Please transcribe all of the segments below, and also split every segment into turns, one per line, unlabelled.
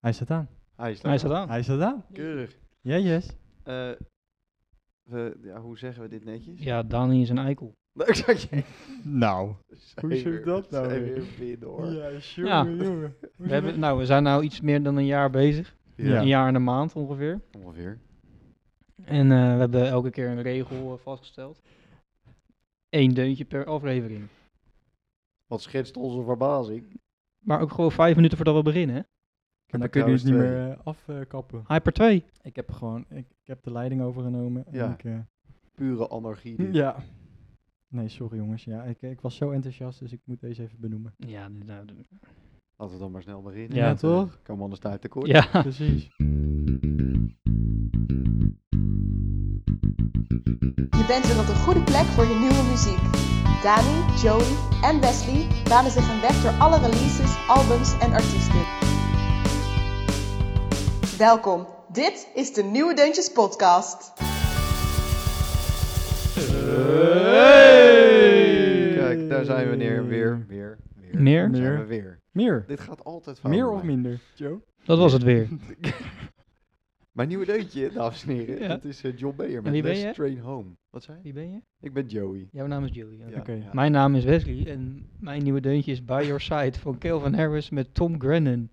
Hij staat aan.
Hij is
Hij
daar.
staat aan.
Hij staat aan.
Keurig.
Ja, yes.
Eh, we, ja, hoe zeggen we dit netjes?
Ja, Dani is een eikel.
Nou, ik zag je.
Nou.
Hoe
zeg je dat nou
Zijn
weer?
weer binnen hoor.
sure,
Ja.
jongen.
We, hebben, nou, we zijn nou iets meer dan een jaar bezig.
Ja.
Een jaar en een maand ongeveer.
Ongeveer.
En eh, we hebben elke keer een regel eh, vastgesteld. Eén deuntje per aflevering.
Wat schetst onze verbazing?
Maar ook gewoon vijf minuten voordat we beginnen. hè?
En dan
heb
kun je
trouwens
het niet
twee.
meer eh, afkappen.
Hyper 2.
ik heb gewoon, ik, ik heb de leiding overgenomen. en
Ja.
ik, eh,
Pure anarchie. dit.
ja. Nee, sorry jongens. Ja, ik, ik was zo enthousiast, dus ik moet deze even benoemen.
Ja, dit- nou, dit-
Laten we dan maar snel beginnen.
Ja,
Want, eh,
toch?
Kan anders tijd tekort.
ja.
Precies.
Je bent weer op de goede plek voor je nieuwe muziek. Dani, Joey en Wesley banen zich een weg door alle releases, albums en artiesten. Welkom, dit is de Nieuwe Deuntjes Podcast.
Kijk, daar zijn we neer. Weer, weer, weer.
Meer?
Daar zijn
Meer.
we weer.
Meer.
Dit gaat altijd fout.
Meer
bij
of
mij.
minder, Joe?
Dat was het weer.
Mijn nieuwe deuntje, dames en heren.
Ja.
Dat is eh, John Bayer met
wie ben
Let's
je?
Train Home. Wat zei je?
Wie ben je?
Ik ben Joey.
Jouw naam is Julie.
Ja,
Oké.
ja.
Mijn naam is Wesley en mijn nieuwe deuntje is By Your Side van Calvin Harris met Tom Grennan.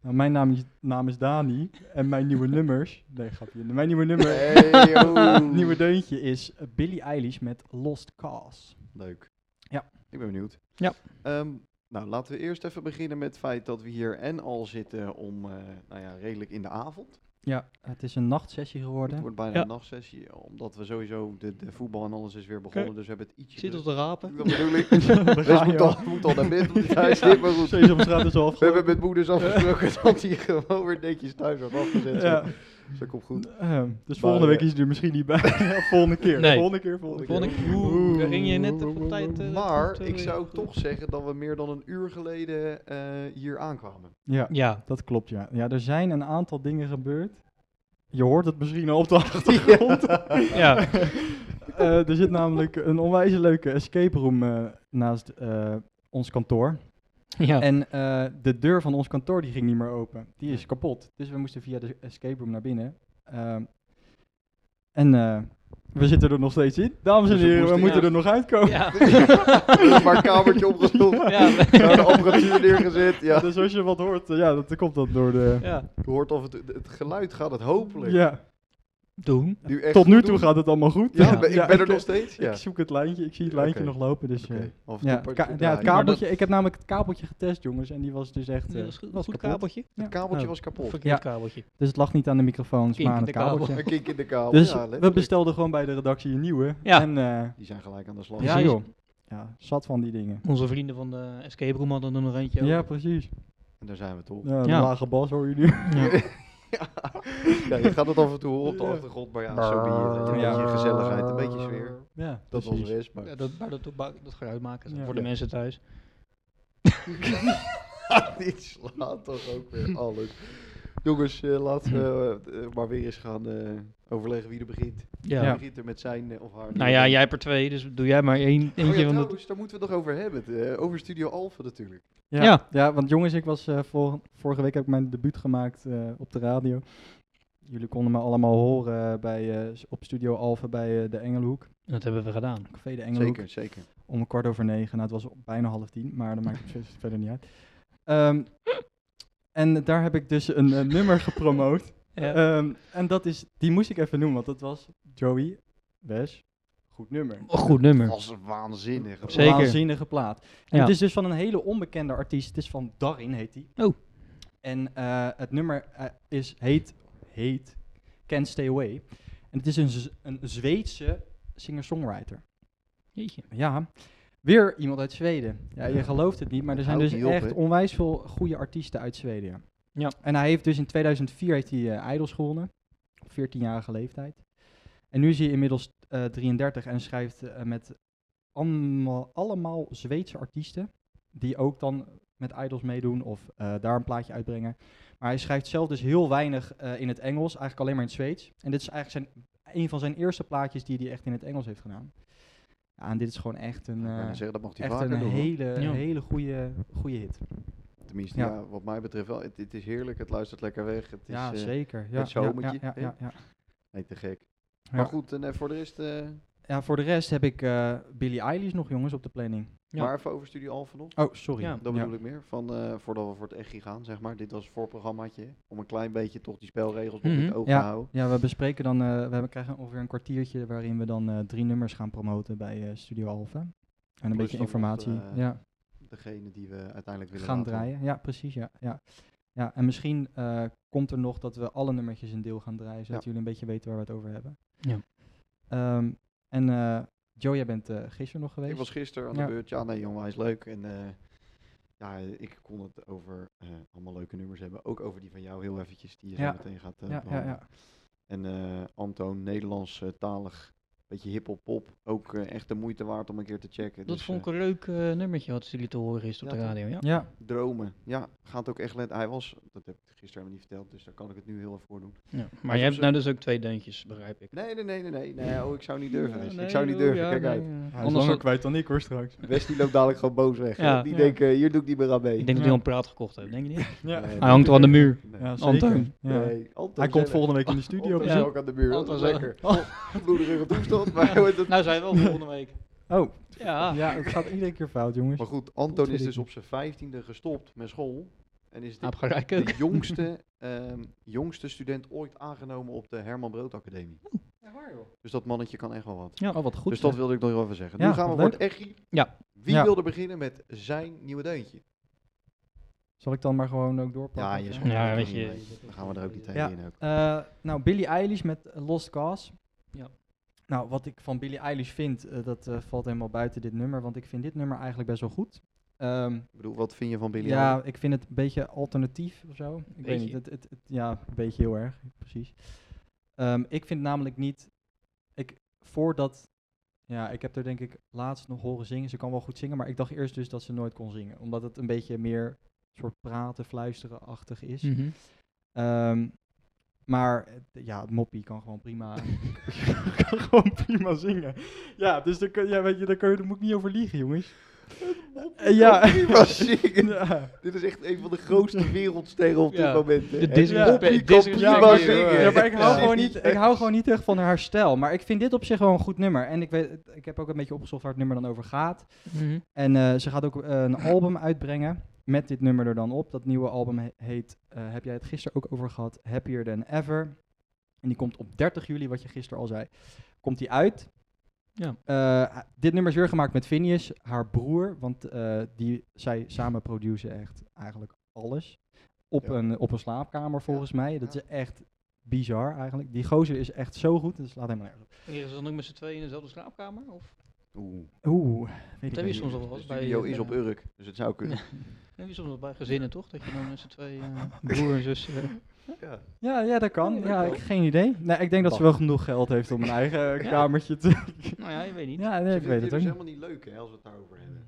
Nou, mijn naam is, naam is Dani en mijn nieuwe nummers... Nee, grapje. Mijn nieuwe nummer,
Hey, oh.
nieuwe deuntje is Billie Eilish met Lost Cause.
Leuk.
Ja.
Ik ben benieuwd.
Ja.
Ehm, nou, laten we eerst even beginnen met het feit dat we hier en al zitten om, eh, nou ja, redelijk in de avond.
Ja, het is een nachtsessie
Het
geworden.
wordt bijna
Ja.
een nachtsessie, omdat we sowieso de, de voetbal en alles is weer begonnen, dus we hebben het
Ik
ietsje...
zit op
rust-
de rapen.
Dat bedoel ik.
We
Dus moet al, moet al naar bed, want het huis zit maar goed.
Steeds op straat is al
We hebben
afgelopen.
met moeders afgesproken dat hij gewoon weer netjes thuis had afgezet.
Ja.
Zo. Zo komt goed.
Ehm, dus volgende
eh,
week is hij er misschien niet bij. volgende keer.
Nee.
Volgende keer, volgende keer.
Vond ik, oeh, daar ging je net op de tijd. eh,
Maar
goed, eh,
ik zou
goed.
toch zeggen dat we meer dan een uur geleden eh, hier aankwamen.
Ja,
Ja,
dat klopt ja. Ja, er zijn een aantal dingen gebeurd. Je hoort het misschien al op de achtergrond.
ja.
Eh, er zit namelijk een onwijs leuke escape room eh, naast eh, ons kantoor.
ja.
En eh, de deur van ons kantoor die ging niet meer open. Die is kapot. Dus we moesten via de escape room naar binnen. Ehm, en eh, we zitten er nog steeds in. Dames en
Dus we
heren, we
moesten-
moeten
Ja.
er nog uitkomen.
ja.
maar een kamertje opgestopt.
Ja.
Daar de apparatuur neergezet. Ja.
Dus als je wat hoort, eh, ja, dat komt dat door de...
ja.
Je hoort of het, het geluid gaat het hopelijk.
Ja,
Doen.
Nu echt
tot nu
goed
toe
doen.
gaat het allemaal goed.
Ja,
Ja.
ben- ik ben er nog steeds.
Ik
Ja.
zoek het lijntje, ik zie het lijntje
Oké.
nog lopen, dus... eh,
Oké, af en toe
Ja,
een
het
paar
ka-
keer
ja, het
draaien.
Maar dat-
kabeltje, ik heb namelijk het kabeltje getest, jongens, en die was dus echt... eh,
Dat is goed,
was
goed
kapot.
kabeltje.
Ja.
Het kabeltje
Oh.
was kapot.
Verkeerd
Ja.
kabeltje.
Dus het lag niet aan de microfoons,
Kink
maar aan
in
het
de kabel.
kabeltje.
Een kink in de kabel.
Dus
ja,
we
letterlijk.
bestelden gewoon bij de redactie een nieuwe.
Ja.
En, eh,
Die zijn gelijk aan de slag.
Ja,
ja,
is-
joh. Ja, zat van die dingen.
Onze vrienden van de escape room hadden er nog eentje
Ja,
over.
precies.
En daar zijn we toch.
Ja, de
Ja.
lage bas hoor je nu.
Ja.
Ja, je gaat het af en toe horen op de
Ja.
achtergrond. Maar ja, zo ben je.
Ja.
Een beetje gezelligheid, een beetje sfeer.
Ja,
Dat was
precies.
er is, maar...
Ja, dat, maar dat, doet ba- dat geluid maken ze
Ja.
voor de
Ja.
mensen thuis.
Dit slaat toch ook weer alles. Jongens, eh, laten we eh, maar weer eens gaan eh, overleggen wie er begint.
Ja.
Wie begint er met zijn eh, of haar?
Nou ja, jij per twee, dus doe jij maar één, eentje
Oh ja,
van de...
trouwens, daar moeten we het nog over hebben. eh, over Studio Alpha natuurlijk.
Ja,
Ja.
ja. want jongens, ik was eh, vor- vorige week heb ik mijn debuut gemaakt eh, op de radio. Jullie konden me allemaal horen eh, bij, eh, s- op Studio Alpha bij eh, de Engelhoek.
Dat hebben we gedaan.
Café de Engelhoek.
Zeker, zeker.
Om een kwart over negen. Nou, het was bijna half tien, maar dat maakt het ver- verder niet uit. Ehm, en daar heb ik dus een eh, nummer gepromoot.
Ja.
Ehm, en dat is, die moest ik even noemen, want dat was Joey Wes. Goed nummer.
Een Goed nummer.
was waanzinnig. hoor.
Zeker.
Waanzinnige plaat. En
Ja.
Het is dus van een hele onbekende artiest. Het is van Darin, heet die.
Oh.
En eh, het nummer eh, is, heet, heet Can't Stay Away. En het is een, Z- een Zweedse singer-songwriter.
Jeetje.
Ja, weer iemand uit Zweden. Ja, je gelooft het niet, maar er
Het
zijn
houdt
dus
niet op,
echt
hè?
onwijs veel goede artiesten uit Zweden. ja.
Ja.
En hij heeft dus in 2004 heeft hij, eh, Idols gewonnen, op 14-jarige leeftijd. En nu is hij inmiddels eh, 33 en schrijft eh, met allemaal, allemaal Zweedse artiesten, die ook dan met Idols meedoen of eh, daar een plaatje uitbrengen. Maar hij schrijft zelf dus heel weinig eh, in het Engels, eigenlijk alleen maar in het Zweeds. En dit is eigenlijk zijn, een van zijn eerste plaatjes die hij echt in het Engels heeft gedaan. Ja, en dit is gewoon echt een,
Ik wou
eh,
net zeggen, dat mag hij
echt een
vaker doen. hoor.
hele,
Ja.
hele goede, goede hit.
Tenminste, ja.
Ja.
wat mij betreft wel. Het, het is heerlijk, het luistert lekker weg. Het is
ja,
eh,
zeker. Ja, ja, ja,
showmoetje,
ja,
hè?
ja, ja.
nee, te gek.
Ja.
Maar goed, en eh, voor de rest... eh,
Ja, voor de rest heb ik eh Billie Eilish nog, jongens, op de planning.
Ja.
Maar even over Studio Alphen nog.
Oh, sorry.
Ja,
Dat bedoel ik meer. Van, eh, voordat we voor het echt gaan, zeg maar. Dit was het voorprogrammaatje. Om een klein beetje toch die spelregels op het
Mhm.
oog te
Ja,
houden.
ja, we bespreken dan, eh, we hebben, krijgen ongeveer een kwartiertje waarin we dan eh, drie nummers gaan promoten bij eh, Studio Alpha. En een
Plus
beetje
dan
informatie
nog, eh,
ja,
Degene die we uiteindelijk willen
gaan
laten-
draaien. Ja, precies, ja. ja. ja en misschien eh, komt er nog dat we alle nummertjes in deel gaan draaien, zodat
Ja.
jullie een beetje weten waar we het over hebben.
Ja.
Ehm, en eh Joe, jij bent eh, gisteren nog geweest.
Ik was gisteren aan
Ja.
de beurt. Ja, nee jongen, hij is leuk. En eh, ja, ik kon het over eh, allemaal leuke nummers hebben. Ook over die van jou heel eventjes, die je
Ja.
zo meteen gaat eh,
ja, ja,
behandelen.
ja.
En eh, Antoon, Nederlands eh, talig, beetje hip-hop-pop. Ook eh, echt de moeite waard om een keer te checken.
Dat
Dus,
vond ik een leuk eh, nummertje wat jullie te horen is op
Ja,
de
toch?
radio. Ja.
ja,
eh, dromen. Ja, gaat ook echt let. Hij was, dat heb ik gisteren helemaal niet verteld, dus daar kan ik het nu heel even voor doen.
Ja.
Maar
Maar je
op
hebt
zich-
nou dus ook twee deuntjes, begrijp ik.
Nee, nee, nee, nee, nee. nee oh, ik zou niet durven.
Ja,
Wes.
nee,
ik zou niet
oh,
durven,
ja,
kijk
nee,
uit.
ja.
hij is
Anders
langer
had-
kwijt dan ik hoor straks.
Wes die loopt dadelijk gewoon boos weg. hè.
Ja.
die
Ja.
denkt, eh, hier doe ik niet meer aan mee.
Ik denk dat
Ja.
hij een praat gekocht heeft, denk je niet?
Ja,
Nee,
Hij hangt wel aan de muur.
nee.
ja zeker.
Antoon.
Ja.
Nee, Anton
Hij komt
zelf.
volgende week in de studio.
Anton
precies.
is ook aan de muur. Dat
Anton
is
is-
lekker. Bloederige toestand. Maar, hoe heet het?
Nou, zijn wel volgende week.
Oh,
Ja.
ja, het gaat iedere keer fout, jongens.
maar goed, Anton is dus op zijn vijftiende gestopt met school. En is dit
Aapgerijk Ah, ook.
de jongste, ehm, jongste student ooit aangenomen op de Herman Brood Academie. Dus dat mannetje kan echt wel wat.
Ja, oh, wat goed.
dus dat
zeg.
wilde ik nog even zeggen.
Ja,
nu gaan we
wat
voor het echi.
Ja.
Wie
Ja.
wilde beginnen met zijn nieuwe deuntje?
Zal ik dan maar gewoon ook doorpakken?
Ja, je
of zo?
schoot
Ja,
er
weet
gewoon
je.
niet mee. Dan gaan we er ook niet tegen
Ja.
in. Ook.
Eh, nou, Billie Eilish met eh, Lost Cause.
Ja.
Nou, wat ik van Billie Eilish vind, eh, dat eh, valt helemaal buiten dit nummer. Want ik vind dit nummer eigenlijk best wel goed. Ehm,
Ik bedoel, wat vind je van Billy?
ja, ik vind het een beetje alternatief of zo. Ik weet
Beetje.
niet. Het, het, het- ja, een beetje heel erg, precies. Ehm, ik vind namelijk niet. Ik, voordat. Ja, ik heb er denk ik laatst nog horen zingen. Ze kan wel goed zingen, maar ik dacht eerst dus dat ze nooit kon zingen. Omdat het een beetje meer soort praten, fluisteren-achtig is.
Mhm.
Ehm, maar eh, ja, het moppie kan gewoon prima. kan gewoon prima zingen. Ja, dus daar, kun, ja, weet je, daar, kun je, daar moet ik niet over liegen, jongens. Eh, ja.
Prima zingen.
Ja.
Dit is echt een van de grootste wereldsterren op dit
Ja.
moment. hè.
De
En
disrespect-
Poppy kan
disrespect
prima
hier, hoor.
zingen.
Ja, maar ik hou,
Ja.
gewoon niet, ik hou gewoon niet echt van haar stijl. Maar ik vind dit op zich wel een goed nummer. En ik, weet, ik heb ook een beetje opgezocht waar het nummer dan over gaat.
Mhm.
En eh, ze gaat ook eh, een album uitbrengen met dit nummer er dan op. Dat nieuwe album he- heet, eh, heb jij het gisteren ook over gehad, Happier Than Ever. En die komt op 30 juli, wat je gisteren al zei, komt die uit.
Ja.
Eh, dit nummer is weer gemaakt met Phineas, haar broer. Want eh, die, zij samen produceren echt eigenlijk alles. Op,
Ja.
een, op een slaapkamer volgens mij. Dat
ja.
is echt bizar eigenlijk. Die gozer is echt zo goed. Dat slaat helemaal nergens op.
Hier is dan ook met z'n tweeën in dezelfde slaapkamer? Of?
Oeh,
Oeh, weet
Dat
ik
heb je
niet.
soms al wel
de
eens bij...
studio
eh,
is op
bij-
Urk, dus het zou kunnen.
heb je soms wel bij gezinnen, toch? Dat je dan met z'n tweeën eh, broer en zus... eh,
Ja.
Ja, ja, dat kan.
Ja, dat
Ja,
kan.
ik, geen idee. Nee, ik denk dat ze wel genoeg geld heeft om een eigen eh, kamertje te...
nou ja, je weet niet.
Ja, nee, ik weet het
is
ook niet.
helemaal niet leuk hè, als we het daarover hebben.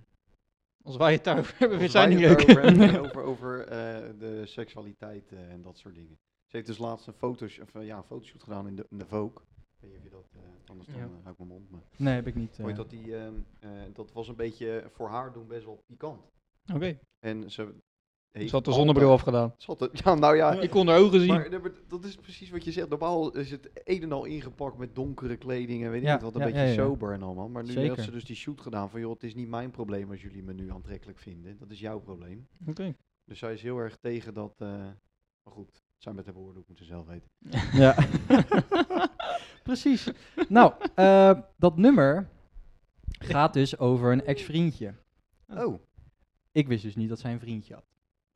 Als wij het daarover hebben,
Als
vind zij
wij
niet
het
leuk.
daarover hebben, Over, over eh, de seksualiteit eh, en dat soort dingen. Ze heeft dus laatst een, foto's, of, eh, ja, een fotoshoot gedaan in de, in de Vogue. Ik weet niet of je dat, eh, anders dan
Ja.
eh, hou ik mijn mond. Maar.
Nee, heb ik niet.
Vond je
eh.
dat, die, ehm, eh, dat was een beetje voor haar doen best wel pikant.
Oké,
En ze heeft
ze had de
altijd-
zonnebril afgedaan.
Ze had de- ja, nou ja,
Ik kon haar ogen zien.
Maar, nee, maar dat is precies wat je zegt. Normaal is het een en al ingepakt met donkere kleding en weet ik
Ja,
niet wat, een
ja,
beetje
ja, ja.
sober en allemaal. Maar nu heeft
Zeker.
ze dus die shoot gedaan van, joh, het is niet mijn probleem als jullie me nu aantrekkelijk vinden. Dat is jouw probleem.
Oké.
Dus zij is heel erg tegen dat, eh, maar goed, het zijn met de woorden, ik moet ze zelf weten.
Ja. Precies. Nou, eh, dat nummer gaat dus over een ex-vriendje.
Oh.
Oh,
Ik wist dus niet dat zij een vriendje had.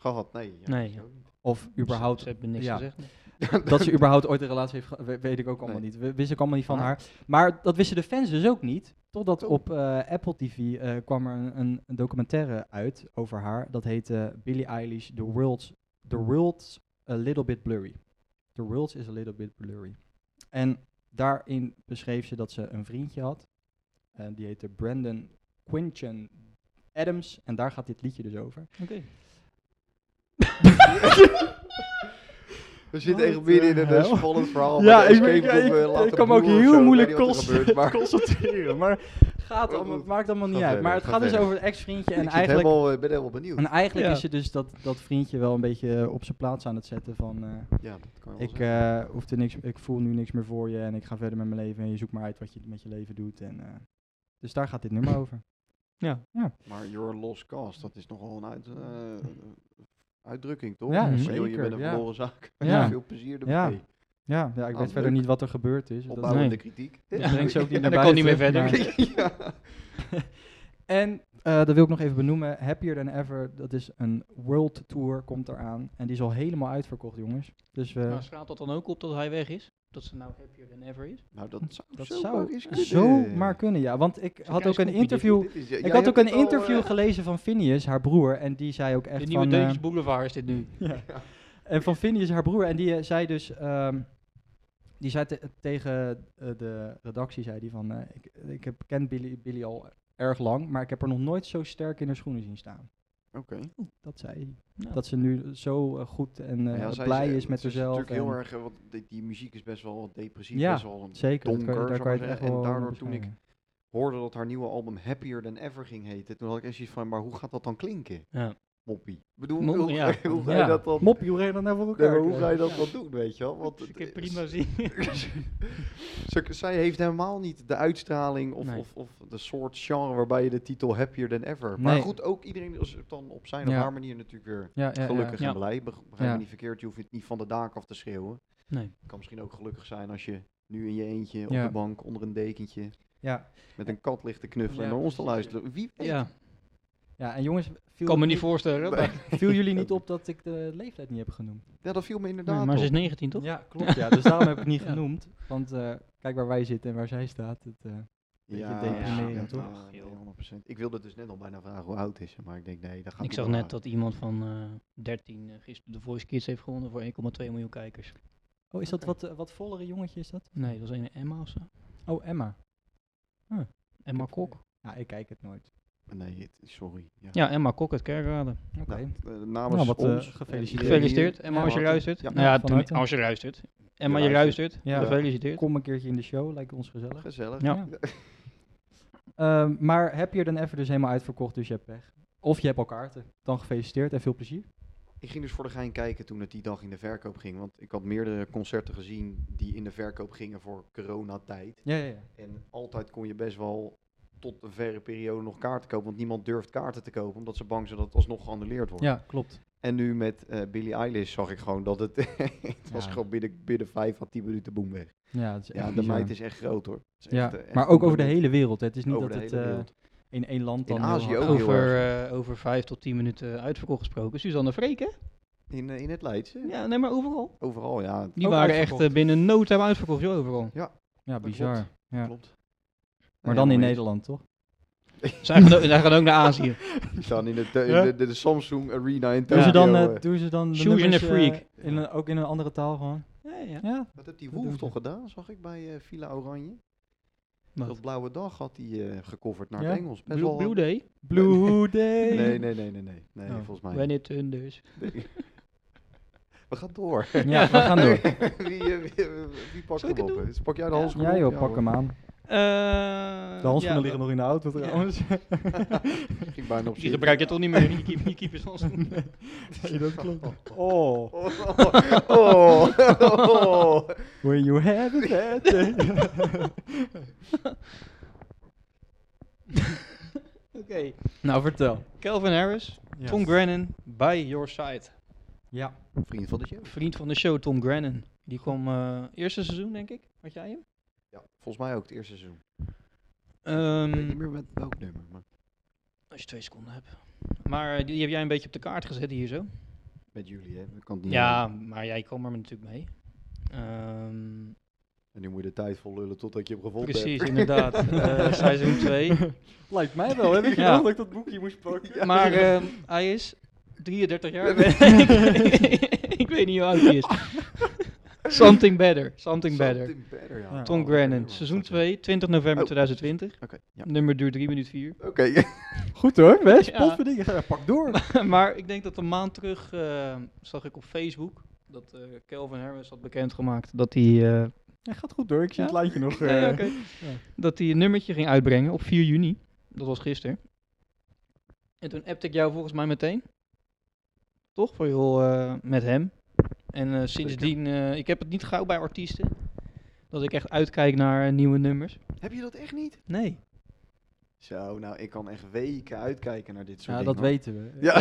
gehad, nee. ja,
Nee,
dat
ja.
is ook niet.
Of
Ze,
überhaupt,
ze hebben niks
ja.
gezegd.
dat ze überhaupt ooit een relatie heeft gehad, we- weet ik ook allemaal
Nee.
niet. We- Wist ik allemaal niet van
Maar-
haar. Maar dat wisten de fans dus ook niet. Totdat
Oh.
op eh, Apple TV eh, kwam er een, een, een documentaire uit over haar. Dat heette eh, Billie Eilish, The World's, The World's A Little Bit Blurry. The World's is a Little Bit Blurry. En daarin beschreef ze dat ze een vriendje had. En die heette Brandon Quinchen Adams. En daar gaat dit liedje dus over.
Oké.
We zitten
What
echt midden in
the
een eh,
hell?
spannend verhaal.
Ja,
met de
ik,
escape
ik,
room,
ik-
eh,
ik
laten
kan me ook
boeren of
heel
zo, ik
moeilijk
weet niet wat er
conce-
gebeurt, maar-
concentreren. Maar gaat allemaal, het maakt allemaal niet
Ga
uit.
verder,
maar het
ga
gaat dus
verder.
over het ex-vriendje. En
Ik zit
eigenlijk,
helemaal, eh, ben helemaal benieuwd.
en eigenlijk
Ja.
is het dus dat, dat vriendje wel een beetje eh, op zijn plaats aan het zetten van... eh,
ja, dat kan wel
ik,
zeggen.
eh, hoefde niks, ik voel nu niks meer voor je en ik ga verder met mijn leven. En je zoekt maar uit wat je met je leven doet. En, eh, dus daar gaat dit nummer over.
Ja.
Maar your lost cause, dat is nogal een uit, eh, uitdrukking, toch?
Ja,
Ik bedoel, Je
zeker,
bent een
ja.
verloren zaak.
Ja.
Veel plezier
Ja.
ermee.
Ja, ja ik weet
leuk.
verder niet wat er gebeurd is. Dat
Opbouwende
Nee.
kritiek.
dat brengt ze ook niet naar
En dan kan niet
buiten,
meer verder.
maar- En eh dat wil ik nog even benoemen. Happier Than Ever, dat is een world tour, komt eraan. En die is al helemaal uitverkocht, jongens. Dus we,
Maar straalt dat dan ook op dat hij weg is? Dat ze nou happier than ever is?
Nou, dat zou
dat
zo maar
zou
eens kunnen.
zomaar kunnen, ja. Want ik had ook
keiskoppie,
een
dit.
interview...
Dit is- jij
Ik had
hebt
ook een
het al,
interview
eh,
gelezen van Phineas, haar broer. En die zei ook
de
echt
nieuwe
van... eh,
Deuntjes Boulevard is dit nu.
En van Phineas, haar broer. En die eh, zei dus... ehm, die zei te- tegen eh, de redactie, zei die van... eh, ik ik heb, ken Billy, Billy al erg lang, maar ik heb er nog nooit zo sterk in haar schoenen zien staan.
Oké.
Dat zei hij.
Nou.
Dat ze nu zo eh, goed en eh,
Ja, zij
blij
eh,
is met
ze
zichzelf.
natuurlijk heel
en-
erg, eh, want die, die muziek is best wel depressief,
Ja,
best wel
Zeker, dat kan-
donker,
daar
zou
kan je
maar
het echt
zeggen.
wel
En
eh,
daardoor toen ik
beschrijven.
hoorde dat haar nieuwe album Happier Than Ever ging heten, toen had ik echt zoiets van, maar hoe gaat dat dan klinken,
Ja.
moppie? Ik bedoel,
Mop-
hoe,
ja.
hoe ga je
Ja.
dat dan...
Moppie, hoe ga je dat nou voor
Nee,
elkaar
maar hoe ga je
krijgen?
dat
Ja.
dan doen, weet je wel? Want
Ik
het
heb
is-
prima zien.
Ze- Zij heeft helemaal niet de uitstraling of,
Nee.
of, of de soort genre waarbij je de titel Happier Than Ever. Maar
Nee.
goed, ook iedereen is er dan op zijn of
Ja.
haar manier natuurlijk weer
Ja, ja, ja.
gelukkig
Ja.
en blij. Beg- Begrijp me
Ja.
niet verkeerd, je hoeft het niet van de daak af te schreeuwen.
Nee.
Het kan misschien ook gelukkig zijn als je nu in je eentje op
Ja.
de bank onder een dekentje
Ja,
met een kat ligt te knuffelen en
Ja,
naar ons te
precies,
luisteren. Wie weet.
Ja,
ja, en jongens,
ik
viel,
kan me niet voorstellen.
Nee.
Maar,
viel jullie niet op dat ik de leeftijd niet heb genoemd?
Ja, dat viel me inderdaad
maar ze
op.
is 19 toch?
Ja, klopt. Ja, dus daarom heb ik het niet
Ja.
genoemd. Want eh, kijk waar wij zitten en waar zij staat. Het, eh, beetje deprimerend,
ja,
toch?
ja, nee, 100%. Ik wilde dus net al bijna vragen hoe oud is ze, maar ik denk nee, dat gaat
Ik
niet
zag
door.
net dat iemand van eh 13 eh, gisteren de Voice Kids heeft gewonnen voor 1,2 miljoen kijkers.
Oh, is dat wat, eh, wat vollere jongetje is dat?
Nee, dat was een Emma of zo.
Oh, Emma.
Emma Kok.
Ja, ik kijk het nooit.
Nee, het- sorry. Ja.
Ja, Emma Kok uit Kerkrade.
Oké.
Nou, eh,
Nou,
namens
wat, eh,
ons. en
gefeliciteerd.
iedereen
Gefeliciteerd.
hier.
Emma, als je
Ja,
luistert.
ja.
nou ja,
van
toen-
harte.
als je luistert. Emma, je
luistert.
luistert.
Ja.
Gefeliciteerd.
Kom een keertje in de show, lijkt ons gezellig.
Gezellig.
Ja.
Ehm, maar Happier Than Ever dus helemaal uitverkocht, dus je hebt pech. Of je hebt al kaarten. Dan gefeliciteerd en veel plezier.
Ik ging dus voor de gein kijken toen het die dag in de verkoop ging. Want ik had meerdere concerten gezien die in de verkoop gingen voor coronatijd.
Ja, ja, ja.
En altijd kon je best wel tot een verre periode nog kaarten kopen. Want niemand durft kaarten te kopen, omdat ze bang zijn dat het alsnog geannuleerd wordt.
Ja, klopt.
En nu met eh Billie Eilish zag ik gewoon dat het... het was
Ja.
gewoon binnen, binnen vijf à tien minuten boem weg.
Ja, het is echt
Ja, de
bizar.
meid is echt groot hoor. Het is
Ja,
echt, eh, echt
maar ook over de
compliment.
hele wereld. hè. Het is niet
Over
dat
de
het
hele
eh,
wereld.
in één land
In
dan heel
Azië
hard-
ook heel
Over, eh, over 5 tot 10 minuten uitverkocht gesproken. Suzanne Freek, hè?
In, eh, in het Leidse?
Ja, nee, maar overal.
Overal, ja.
Die
Ook
waren
uitverkocht.
echt eh, binnen no time uitverkocht, joh, overal.
Ja,
Dat
bizar.
klopt.
Ja.
Klopt.
Maar dan
Nee,
in
helemaal
Nederland, toch?
eens.
Zij gaan, ook, zij gaan ook naar Azië.
Dan in de, in
Ja.
de, de, de Samsung Arena in
Doen,
Tokio.
ze dan, eh,
eh,
doen ze dan de
Shoes and
nummers,
a
eh,
Freak.
in een- ook in een andere taal gewoon?
Ja, ja.
Ja,
Wat heeft die
Dat doen
Wolf
ze.
toch gedaan, zag ik bij eh, Villa Oranje?
Wat?
Dat Blauwe Dag had hij eh, gecoverd naar
Ja?
het Engels. Best
Blue,
wel-
Blue Day.
Blue Day.
Nee, nee, nee, nee, nee. Nee,
Oh.
volgens mij.
When
niet.
it thunders.
Nee. We gaan door.
Ja, we gaan door.
wie, eh, wie, eh, wie pakt
Zal ik
hem
het
op? Dus pak jij de
Ja.
handschoen
Ja
op?
joh, pak hem
hoor.
aan.
Eh,
De handschoenen
ja,
liggen nog in de auto trouwens.
Ging bijna op
Die
zitten.
gebruik je toch niet meer, je, keep- je keepers handschoenen.
Nee, dat klopt. Oh,
Oh, oh, oh, oh.
when you have it at the-
Oké.
Nou, vertel.
Calvin Harris,
Ja.
Tom Grennan, By Your Side.
Ja,
Vriend van de show.
Vriend van de show, Tom Grennan. Die kwam eh, eerste seizoen, denk ik. Had jij hem?
Ja, volgens mij ook het eerste seizoen. Ik weet
Ehm,
niet meer met welk nummer. Maar
als je twee seconden hebt. Maar eh, die heb jij een beetje op de kaart gezet hier zo.
met jullie, hè? Ik kan het niet
Ja, maar jij kwam er natuurlijk mee. Ehm,
En nu moet je de tijd vol lullen totdat je hem gevonden hebt.
precies, inderdaad. Eh, seizoen 2.
lijkt mij wel. Heb ik
Ja.
gedacht dat ik dat boekje moest pakken?
Maar ehm, hij is 33 jaar. ik weet niet hoe oud hij is. Something better. Something better.
Something better, ja.
Ja.
Tom
Oh,
Grennan,
oké,
seizoen
oké.
2, 20 november
Oh.
2020.
Oké, ja.
Nummer duurt 3 minuten 4.
Oké,
Goed hoor, best.
Ja.
Potverdikkie. Ja, pak door.
maar ik denk dat een maand ehm, terug eh, zag ik op Facebook dat eh Calvin Harris had bekendgemaakt dat hij eh,
Hij gaat goed door, ik zie
Ja?
het lijntje nog.
Ja,
eh.
ja, oké. Dat hij een nummertje ging uitbrengen op 4 juni. Dat was gisteren. En toen appte ik jou volgens mij meteen. Toch? Voor joh, eh, met hem. En eh, sindsdien, eh, ik heb het niet gauw bij artiesten. Dat ik echt uitkijk naar eh, nieuwe nummers.
Heb je dat echt niet?
Nee.
Zo, nou, ik kan echt weken uitkijken naar dit soort
Ja,
dingen.
dat weten we.
Ja.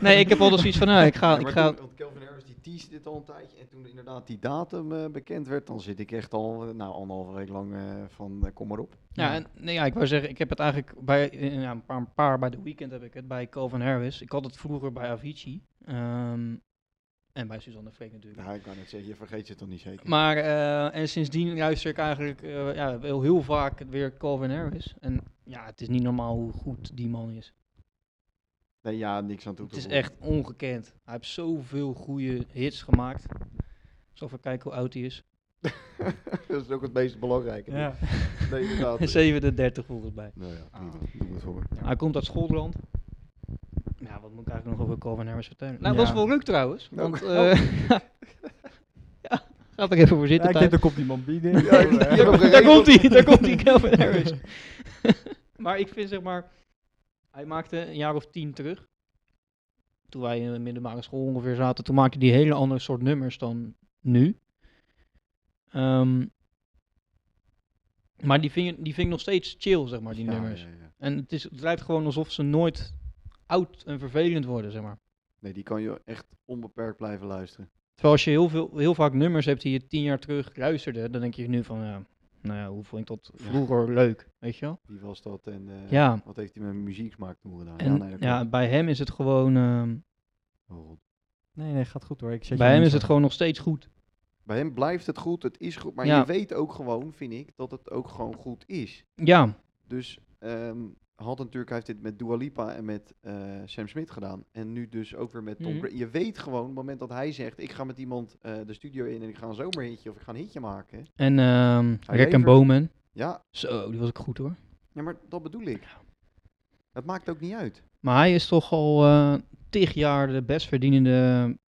Nee, ik heb altijd zoiets van, nou, ik ga...
Ja,
Ik
maar
ga
toen- want Kelvin Harris die teasde dit al een tijdje. En toen inderdaad die datum eh, bekend werd, dan zit ik echt al eh, nou, anderhalve week lang eh, van eh, kom maar op.
ja, en, nee, ja, ik wou zeggen, ik heb het eigenlijk bij eh, ja, een, paar, een paar bij The Weeknd heb ik het, bij Calvin Harris. Ik had het vroeger bij Avicii. ehm, en bij Suzanne Freek natuurlijk.
Ja, ik kan net zeggen, je vergeet het dan niet zeker.
Maar, eh, en sindsdien luister ik eigenlijk eh, ja, heel, heel vaak weer Calvin Harris. En ja, het is niet normaal hoe goed die man is.
nee, ja, niks aan toe
Het
te
is
voegen.
echt ongekend. Hij heeft zoveel goede hits gemaakt. Ik zal even kijken hoe oud hij is.
dat is ook het meest belangrijke.
Ja.
Nee, inderdaad.
37 volgens mij.
Nou ja, prima. Doe het voor.
Hij komt uit Schotland. Ja, wat moet ik eigenlijk nog over Calvin Harris vertellen? Nou,
Ja.
dat was wel leuk trouwens.
Oh.
Want, eh, ja, gaat er even voor
Ja,
zitten.
ik
thuis.
denk, er komt iemand binnen.
Ja, ik- ik heb hem
daar
geregeld.
komt hij, daar komt hij, Calvin Harris. maar ik vind zeg maar, hij maakte een jaar of tien terug. Toen wij in de middelbare school ongeveer zaten, toen maakte hij hele andere soort nummers dan nu. Ehm, maar die vind, je- die vind ik nog steeds chill, zeg maar, Ah, die
Ja,
nummers.
ja, ja.
En het, is, het lijkt gewoon alsof ze nooit oud en vervelend worden, zeg maar.
Nee, die kan je echt onbeperkt blijven luisteren.
Terwijl als je heel, veel, heel vaak nummers hebt die je tien jaar terug luisterde, dan denk je nu van, ja, nou ja, hoe vond ik dat
Ja.
vroeger leuk, weet je wel?
Wie was dat en eh,
Ja.
wat heeft hij met mijn muzieksmaak toen gedaan?
En
nee, dat
ja,
klopt.
bij hem is het gewoon, ehm,
Oh, God.
Nee, nee, gaat goed hoor. Ik zet
bij
je
hem
niet
is het
aan.
gewoon nog steeds goed.
Bij hem blijft het goed, het is goed. Maar
Ja.
je weet ook gewoon, vind ik, dat het ook gewoon goed is.
Ja,
Dus ehm, had natuurlijk, hij heeft dit met Dua Lipa en met eh, Sam Smith gedaan. En nu dus ook weer met Tom
Mhm.
Brady. Je weet gewoon, op het moment dat hij zegt, ik ga met iemand eh, de studio in en ik ga een zomerhitje of ik ga een hitje maken.
en
Hij
ehm Rick en
levert.
Bowman.
Ja,
Zo, die was ook goed hoor.
ja, maar dat bedoel ik. Het maakt ook niet uit.
Maar hij is toch al eh tig jaar de best verdienende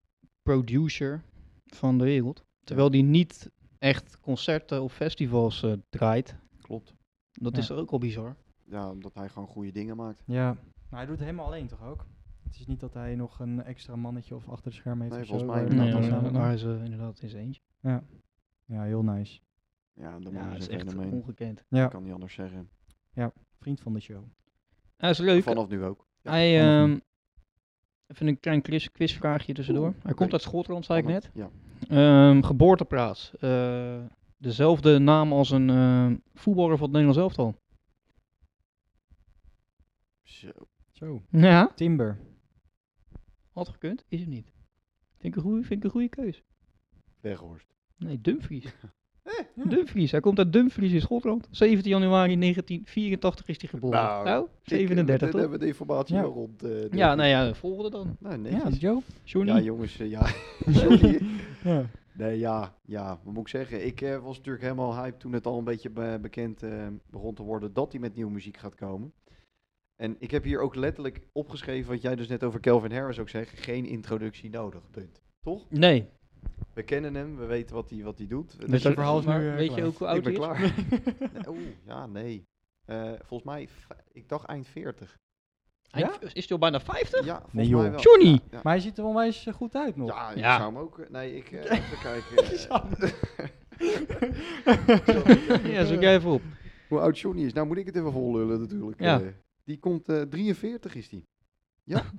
producer van de wereld. Terwijl die niet echt concerten of festivals eh, draait.
Klopt.
Dat
Ja.
is ook al bizar.
Ja, omdat hij gewoon goede dingen maakt.
Ja, maar hij doet het helemaal alleen toch ook? Het is niet dat hij nog een extra mannetje of achter de scherm heeft
Nee,
of
volgens
zo,
mij
eh,
Ja,
Nee,
dat
inderdaad.
dan
maar
samen.
daar is eh, inderdaad in zijn eentje.
Ja, heel nice.
Ja, de man
Ja,
is
dat is
een
echt
fenomeen.
ongekend.
Ja,
Ik kan niet anders zeggen.
vriend van de show.
Ja, is leuk.
Vanaf nu ook. Ja,
Hij,
vanaf
ehm, even een klein quiz, quizvraagje tussendoor. Hij
oké.
komt uit Schotland, zei ik
Vanaf-
net.
Ja.
Ehm, geboorteplaats. Eh, dezelfde naam als een ehm, voetballer van het Nederlands elftal.
Zo.
Zo.
Ja,
Timber.
had gekund, is het niet. Vind ik een goede, vind ik een goede keus.
Weghorst.
Nee, Dumfries. Dumfries, hij komt uit Dumfries in Schotland. 17 januari 1984 is hij geboren.
Nou,
Nou,
Ik, eh,
37
we- We
toch?
hebben de informatie
Ja.
wel rond. eh, denk
Ja,
ik.
nou ja, volgende dan.
Nou,
Ja,
netjes.
Joe.
Johnny.
Ja, jongens, eh, ja. Sorry.
Ja.
nee, ja, ja, wat moet ik zeggen? Ik eh, was natuurlijk helemaal hype toen het al een beetje be- bekend eh, begon te worden dat hij met nieuwe muziek gaat komen. En ik heb hier ook letterlijk opgeschreven wat jij dus net over Kelvin Harris ook zegt. Geen introductie nodig, punt. Toch?
nee,
We kennen hem, we weten wat hij wat hij doet.
Dus je
dat-
verhaal is nu
maar
eh,
weet
klaar.
je ook hoe
ik
oud
ben
hij is?
klaar. Nee, Oeh, ja, nee. Eh, volgens mij, v- ik dacht eind 40.
Hij-
Ja?
Is hij al bijna 50?
Ja, volgens
joh.
mij wel.
Johnny!
Ja,
Maar hij ziet er onwijs eh, goed uit nog.
Ja, ik
Ja.
zou hem ook... Nee, ik... eh, even kijken. eh,
Ja, zoek jij even op.
hoe oud Johnny is. Nou moet ik het even vollullen natuurlijk.
Ja.
eh. die komt... eh 43 is die.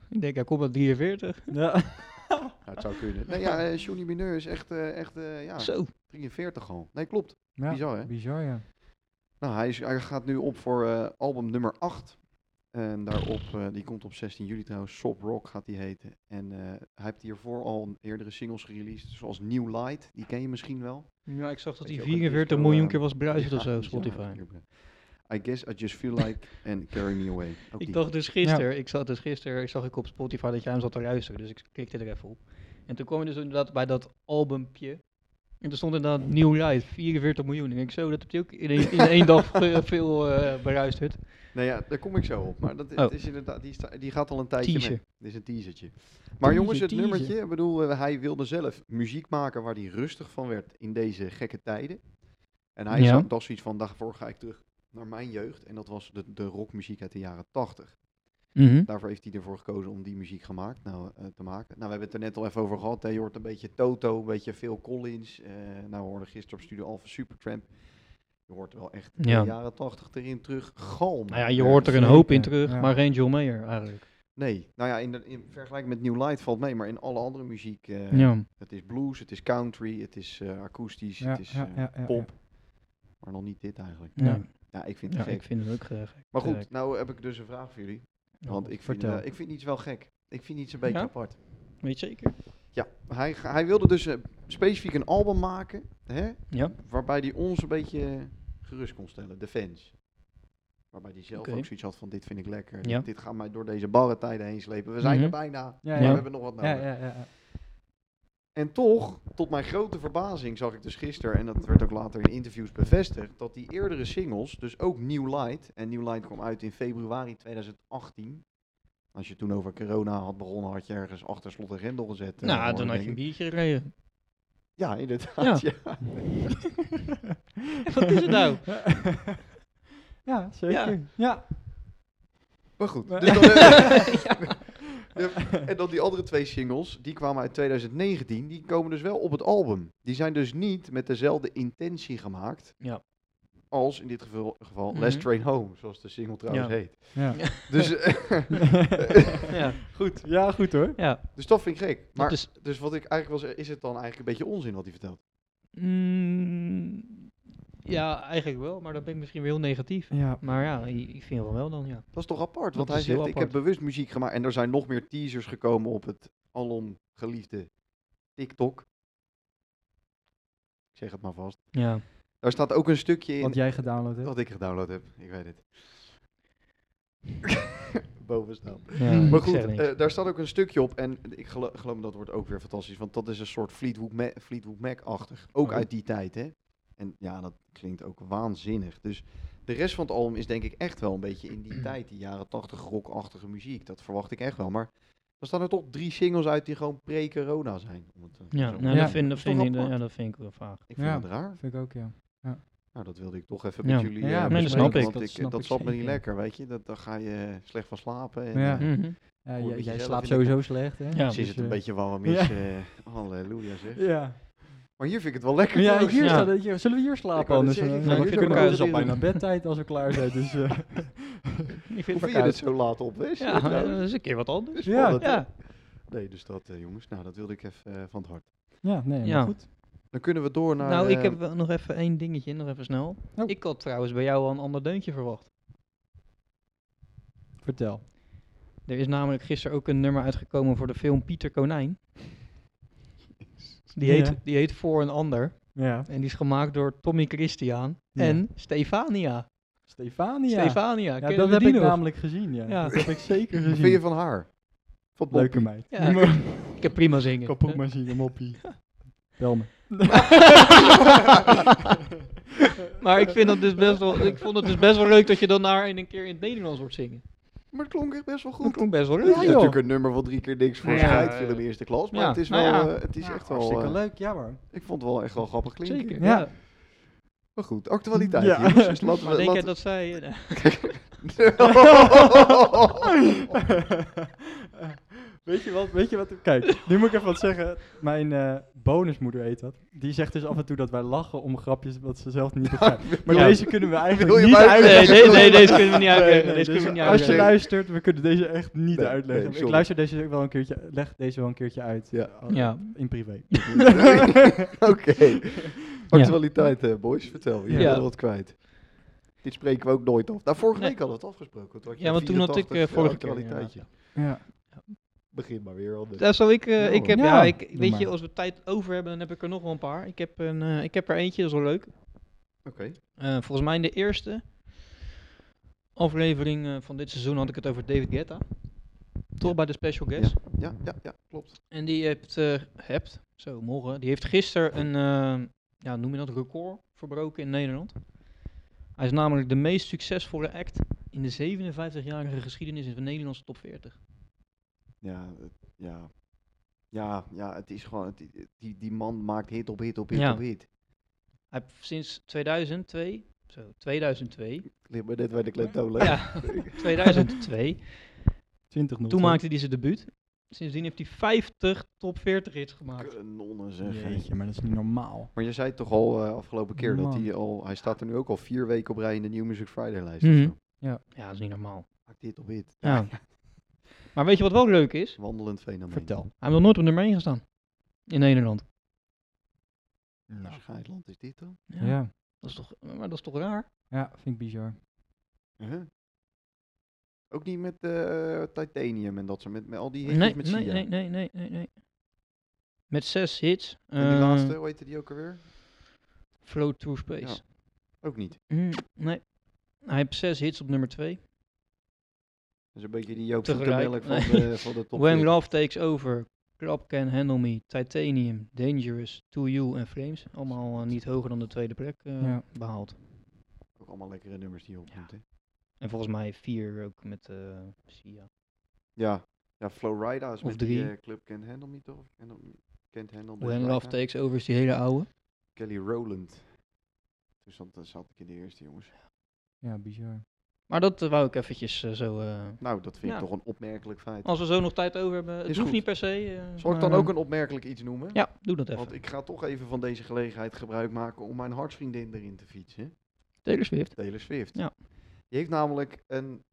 Ik denk, hij komt uit 43.
Ja.
Nou, het zou kunnen. Nee, ja, eh, Johnny Mineur is echt, eh, echt eh, ja,
Zo.
43 al. Nee, klopt.
Ja,
Bizar, hè?
Bizar, ja.
Nou, hij, is, hij gaat nu op voor eh, album nummer 8. En daarop, eh, die komt op 16 juli trouwens, Sob Rock gaat die heten. En eh, hij heeft hiervoor al een eerdere singles gereleased, zoals New Light, die ken je misschien wel.
Ja, ik zag dat
Weet
die
je, ook een
44
disco,
miljoen
ehm,
keer eh, was bruisend
Die
of zo,
gaat-
Spotify.
I guess I just feel like and carry me away. Ook
Ik
die.
dacht dus gisteren, ik zat dus gisteren, zag ik op Spotify dat jij hem zat te luisteren, dus ik klikte er even op. En toen kwam je dus inderdaad bij dat albumpje. En er stond inderdaad New Light, 44 miljoen. Ik denk zo, dat heb je ook in één, in één dag eh, veel eh beruisterd.
Nou ja, daar kom ik zo op. Maar dat
Oh.
het is inderdaad, die, sta- die gaat al een tijdje
Teaser.
mee. Dit is een teasertje. Maar jongens, het
teaser.
nummertje, ik bedoel, eh, hij wilde zelf muziek maken waar hij rustig van werd in deze gekke tijden. En hij
Ja.
zat dat zoiets van, daarvoor ga ik terug naar mijn jeugd. En dat was de, de rockmuziek uit de jaren tachtig.
Mhm.
Daarvoor heeft hij ervoor gekozen om die muziek gemaakt, nou, eh, te maken. Nou, we hebben het er net al even over gehad. Hè. Je hoort een beetje Toto, een beetje Phil Collins. eh nou, we hoorden gisteren op Studio Alpha Supertramp. Je hoort wel echt
Ja.
de jaren tachtig erin terug. Galm.
Nou ja, je
ergens.
hoort er een hoop in
zeker,
terug,
ja.
maar geen John Mayer eigenlijk.
Nee, nou ja, in, de, in vergelijking met New Light valt mee, maar in alle andere muziek, eh,
Ja.
het is blues, het is country, het is eh, akoestisch,
Ja,
het is
ja,
eh,
ja, ja,
pop, maar nog niet dit eigenlijk.
Ja.
Nee.
Ja, ik vind het
Ja,
gek.
ik vind het ook eh, gek.
maar goed,
Gek.
nou heb ik dus een vraag voor jullie, want ik vind,
vertel.
eh, ik vind iets wel gek. Ik vind iets een beetje
Ja?
apart.
Weet je zeker?
Ja, hij, ga- hij wilde dus eh, specifiek een album maken, hè,
Ja.
waarbij hij ons een beetje gerust kon stellen, de fans. Waarbij hij zelf
Oké.
ook zoiets had van dit vind ik lekker,
Ja.
dit gaat mij door deze barre tijden heen slepen. We zijn
Mhm.
er bijna,
Ja,
maar
ja.
we hebben nog wat nodig.
Ja, ja, ja, ja.
En toch, tot mijn grote verbazing, zag ik dus gisteren, en dat werd ook later in interviews bevestigd, dat die eerdere singles, dus ook New Light, en New Light kwam uit in februari 2018. Als je toen over corona had begonnen, had je ergens achter slot en grendel gezet. eh,
nou, dan
hoorde
had je een
ik.
biertje gekregen.
Ja, inderdaad. Ja.
Wat is het nou?
Ja, zeker. Ja.
Maar goed.
Maar-
dus dan, eh, ja, En dan die andere twee singles, die kwamen uit 2019, die komen dus wel op het album. Die zijn dus niet met dezelfde intentie gemaakt.
Ja.
Als in dit geval, geval
Mhm.
Last Train Home, zoals de single trouwens
Ja.
heet.
Ja.
Dus, eh,
Ja,
Goed. Ja, goed hoor.
ja.
dus dat vind ik gek. Maar,
is-
Dus wat ik eigenlijk was, is het dan eigenlijk een beetje onzin wat hij vertelt?
Mm, ja, eigenlijk wel, maar dan ben ik misschien weer heel negatief.
Ja.
Maar ja, ik ik vind wel wel dan, ja.
Dat is toch apart?
Dat
Want hij
is heel
zegt, ik heb
apart.
bewust muziek gemaakt. En er zijn nog meer teasers gekomen op het alom geliefde TikTok. Ik zeg het maar vast.
Ja,
Daar staat ook een stukje in
Wat jij gedownload hebt.
dat ik gedownload heb. Ik weet het. Bovenstaan.
ja
Maar
ik
goed,
zeg niks.
eh, daar staat ook een stukje op. En ik gelo- geloof me, dat wordt ook weer fantastisch. Want dat is een soort Fleetwood, Ma- Fleetwood Mac-achtig. Ook
Oh.
uit die tijd, hè? En ja, dat klinkt ook waanzinnig. Dus de rest van het album is denk ik echt wel een beetje in die tijd. Die jaren tachtig rockachtige muziek. Dat verwacht ik echt wel. Maar er staan er toch drie singles uit die gewoon pre-corona zijn. Om het, eh,
ja,
zo
nou,
maar-
Ja.
Dat, vind, dat,
Is toch
vind ik,
apart?
ja, dat vind ik wel vaag.
Ik vind
Ja.
het raar.
Vind ik ook, ja.
Nou, dat wilde ik toch even
Ja.
met jullie
Ja,
eh,
nee, dat
bespreken,
snap ik.
Want
Dat
ik,
snap
dat
ik
zat me niet
zeker.
lekker, weet je. Dat, daar ga je slecht van slapen. En,
Ja.
eh,
Mhm.
Ja,
Moet
jij- jij
je zelf
slaapt
in de
sowieso slecht, hè?
Ja.
Dus,
Zit het een
eh,
beetje warm
ja.
is. eh, halleluja zeg.
Ja.
Maar hier vind ik het wel lekker.
Ja,
trouwens.
hier
Ja.
staat het. hier- Zullen we hier
Ik wou
slapen?
net
Anders,
zeggen,
eh,
ik
wou
nou, we
net zeggen,
kunnen
we
het is al
kunnen
bijna bedtijd als we klaar zijn. Dus, eh,
Ik vind
Hoe
het
vind je dit
verkoud.
zo laat op, hè?
Ja,
Nou,
dat is een keer wat anders.
ja,
spannend.
Ja,
Nee, dus dat eh, jongens. Nou, dat wilde ik even eh, van het hart.
ja, nee, maar
Ja.
goed.
Dan kunnen we door naar...
nou, ik
eh,
heb wel nog even één dingetje, nog even snel.
Oh.
Ik had trouwens bij jou al een ander deuntje verwacht.
Vertel.
Er is namelijk gisteren ook een nummer uitgekomen voor de film Pieter Konijn. Die heet,
Ja.
die heet Voor een Ander.
Ja.
En die is gemaakt door Tommy Christian
Ja.
en Stefania.
Stefania.
Stefania,
Ja,
kennen
dat
we
heb
die
ik
nog?
namelijk gezien, ja.
Ja.
Dat heb ik zeker
Wat vind je
gezien.
van haar? Van Bob?
Leuke meid.
Ja, Ik heb Oh, prima zingen.
Kapot maar zien, moppie. Bel me.
maar ik, vind dat dus best wel, ik vond het dus best wel leuk dat je dan daar in een keer in het Nederlands wordt zingen.
Maar het klonk echt best wel
Dat
goed.
klonk best wel
Het
leuk.
Ja,
is
joh.
natuurlijk een nummer wat drie keer niks voor
Ja,
scheidt
eh,
viel in de eerste klas. Maar
ja,
het is,
nou
wel,
ja.
eh, het is echt wel...
Hartstikke
eh,
leuk, ja hoor.
ik vond het wel echt wel grappig klinken.
Zeker.
Ja.
Ja.
Maar goed, actualiteit.
Ja.
jongens. Dus laten
Maar
we...
denk jij
Laten...
dat zij... eh,
Weet je wat? Weet je wat? Kijk, nu moet ik even wat zeggen. Mijn eh, bonusmoeder heet dat. Die zegt dus af en toe dat wij lachen om grapjes wat ze zelf niet begrijpen. Maar
Ja.
deze kunnen we
Wil
eigenlijk
je
niet
mij-
nee,
uitleggen.
nee, nee, deze kunnen we niet
Nee,
uitleggen.
nee,
deze kunnen we
dus als je
niet uitleggen.
luistert, we kunnen deze echt niet
Nee,
uitleggen.
nee,
ik
sorry.
luister deze ook wel een keertje, leg deze wel een keertje uit.
Ja.
eh,
Ja.
In privé.
Oké. Actualiteit, eh, boys. Vertel. Je
Ja.
bent wat kwijt. Dit spreken we ook nooit af. Nou, vorige
Nee.
week hadden we het afgesproken. Toen had je
Ja, want toen had ik
84
eh, vorige keer...
actualiteitje.
inderdaad,
Ja.
Begin maar weer anders.
ja. Ja, zal ik, eh,
Ja,
ik heb,
hoor.
ja,
Ja,
ik,
doe
weet je,
maar.
als we tijd over hebben, dan heb ik er nog wel een paar. Ik heb, een, eh, ik heb er eentje, dat is wel leuk.
Oké.
Eh, volgens mij in de eerste aflevering eh, van dit seizoen had ik het over David Guetta. Toch bij de special guest.
Ja, ja, ja, klopt.
En die heeft, eh, hebt, zo morgen, die heeft gisteren een, eh, ja, noem je dat, record verbroken in Nederland. Hij is namelijk de meest succesvolle act in de 57-jarige geschiedenis van de Nederlandse top 40.
Ja, het- ja. Ja, ja, het is gewoon, het- het- die, die man maakt hit op hit op hit
Ja.
op hit.
Hij heeft sinds 2002, zo 2002,
Ligt maar net bij de klemtoon. hè?
ja, 2002,
20
toen maakte hij zijn debuut. Sindsdien heeft hij 50 top 40 hits gemaakt.
Kanonnen zeg. hè.
Jeetje, maar dat is niet normaal.
Maar je zei toch al eh, afgelopen keer dat
Man.
hij al, hij staat er nu ook al vier weken op rij in de New Music Friday lijst.
Mhm.
of zo.
Ja, dat is niet normaal.
Maakt hit op hit.
Ja. Maar weet je wat wel leuk is?
Wandelend fenomeen.
Vertel.
Hij heeft nog nooit op nummer 1 gestaan. In Nederland.
Nou.
Welk land is dit dan?
Ja. Ja.
Dat is toch, maar dat is toch raar?
vind ik bizar.
Huh? Ook niet met eh, titanium en dat soort, met, met al die hitjes
Nee,
met
nee,
Sia.
nee, nee, nee, nee, nee. Met zes hits.
En die
eh,
laatste, hoe heette die ook alweer?
Flow Through Space.
Ook niet.
Mm, nee. Hij heeft zes hits op nummer 2.
Dat is een beetje die Joop van
Tegelijk,
Temelk van,
nee.
de, van de top
When
40.
Love Takes Over, Club Can Handle Me, Titanium, Dangerous, To You en Flames. Allemaal eh, niet hoger dan de tweede plek eh,
Ja.
behaald.
Ook allemaal lekkere nummers die je opnoemt, hè?
En volgens mij vier ook met eh Sia.
Ja. Ja, Flowrida is
Of
met die
drie.
eh, club Can't Handle Me toch? Can't Handle Me- Can't Handle Me
When Love
Flowrida.
Takes Over is die hele oude.
Kelly Rowland. Toen zat, dan zat ik in de eerste, jongens.
Ja, bizar.
Maar dat eh, wou ik eventjes eh, zo... eh,
Nou, dat vind
Ja.
ik toch een opmerkelijk feit.
als we zo nog tijd over hebben, het
Is
hoeft
goed.
niet per se. eh,
Zal ik
maar,
dan ook
eh,
een opmerkelijk iets noemen?
Ja, doe dat even.
Want ik ga toch even van deze gelegenheid gebruik maken om mijn hartsvriendin erin te fietsen.
Taylor Swift.
Taylor Swift.
Ja.
Die heeft namelijk een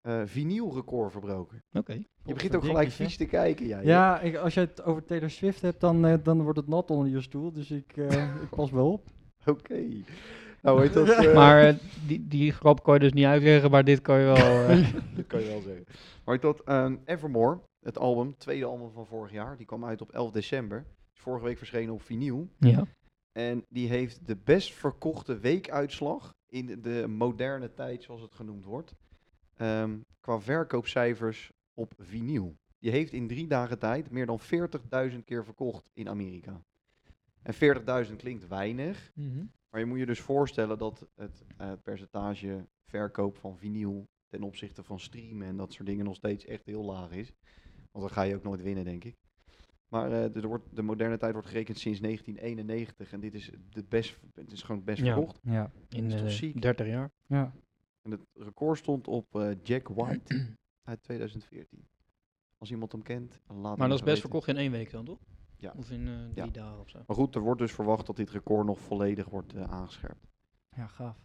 eh vinylrecord verbroken.
Oké.
Je begint ook gelijk vies te kijken, jij.
Ja, ik, als je het over Taylor Swift hebt, dan, eh, dan wordt het nat onder je stoel. Dus ik, eh, ik pas wel op.
Oké. Nou, heet dat... eh,
Maar eh, die, die grap kan je dus niet uitleggen, maar dit kan je wel. eh,
Dat kan je wel zeggen. Maar ik dat ehm, Evermore, het album, het tweede album van vorig jaar, die kwam uit op 11 december. Is vorige week verschenen op vinyl.
ja.
En die heeft de best verkochte weekuitslag in de- de moderne tijd, zoals het genoemd wordt, ehm, qua verkoopcijfers op vinyl. Die heeft in drie dagen tijd meer dan 40.000 keer verkocht in Amerika. En 40.000 klinkt weinig,
Mhm.
maar je moet je dus voorstellen dat het eh, percentage verkoop van vinyl ten opzichte van streamen en dat soort dingen nog steeds echt heel laag is. Want dan ga je ook nooit winnen, denk ik. Maar eh, er wordt, de moderne tijd wordt gerekend sinds 1991 en dit is, de best, het is gewoon het best
Ja.
verkocht.
Ja.
In
is toch
eh,
ziek?
30 jaar.
Ja.
En het record stond op eh, Jack White uit 2014. Als iemand hem kent, laat het
Maar
me
dat is best
weten.
verkocht in één week dan, toch?
Ja.
Of in eh, drie
Ja.
dagen of zo.
Maar goed, er wordt dus verwacht dat dit record nog volledig wordt eh, aangescherpt.
ja, gaaf.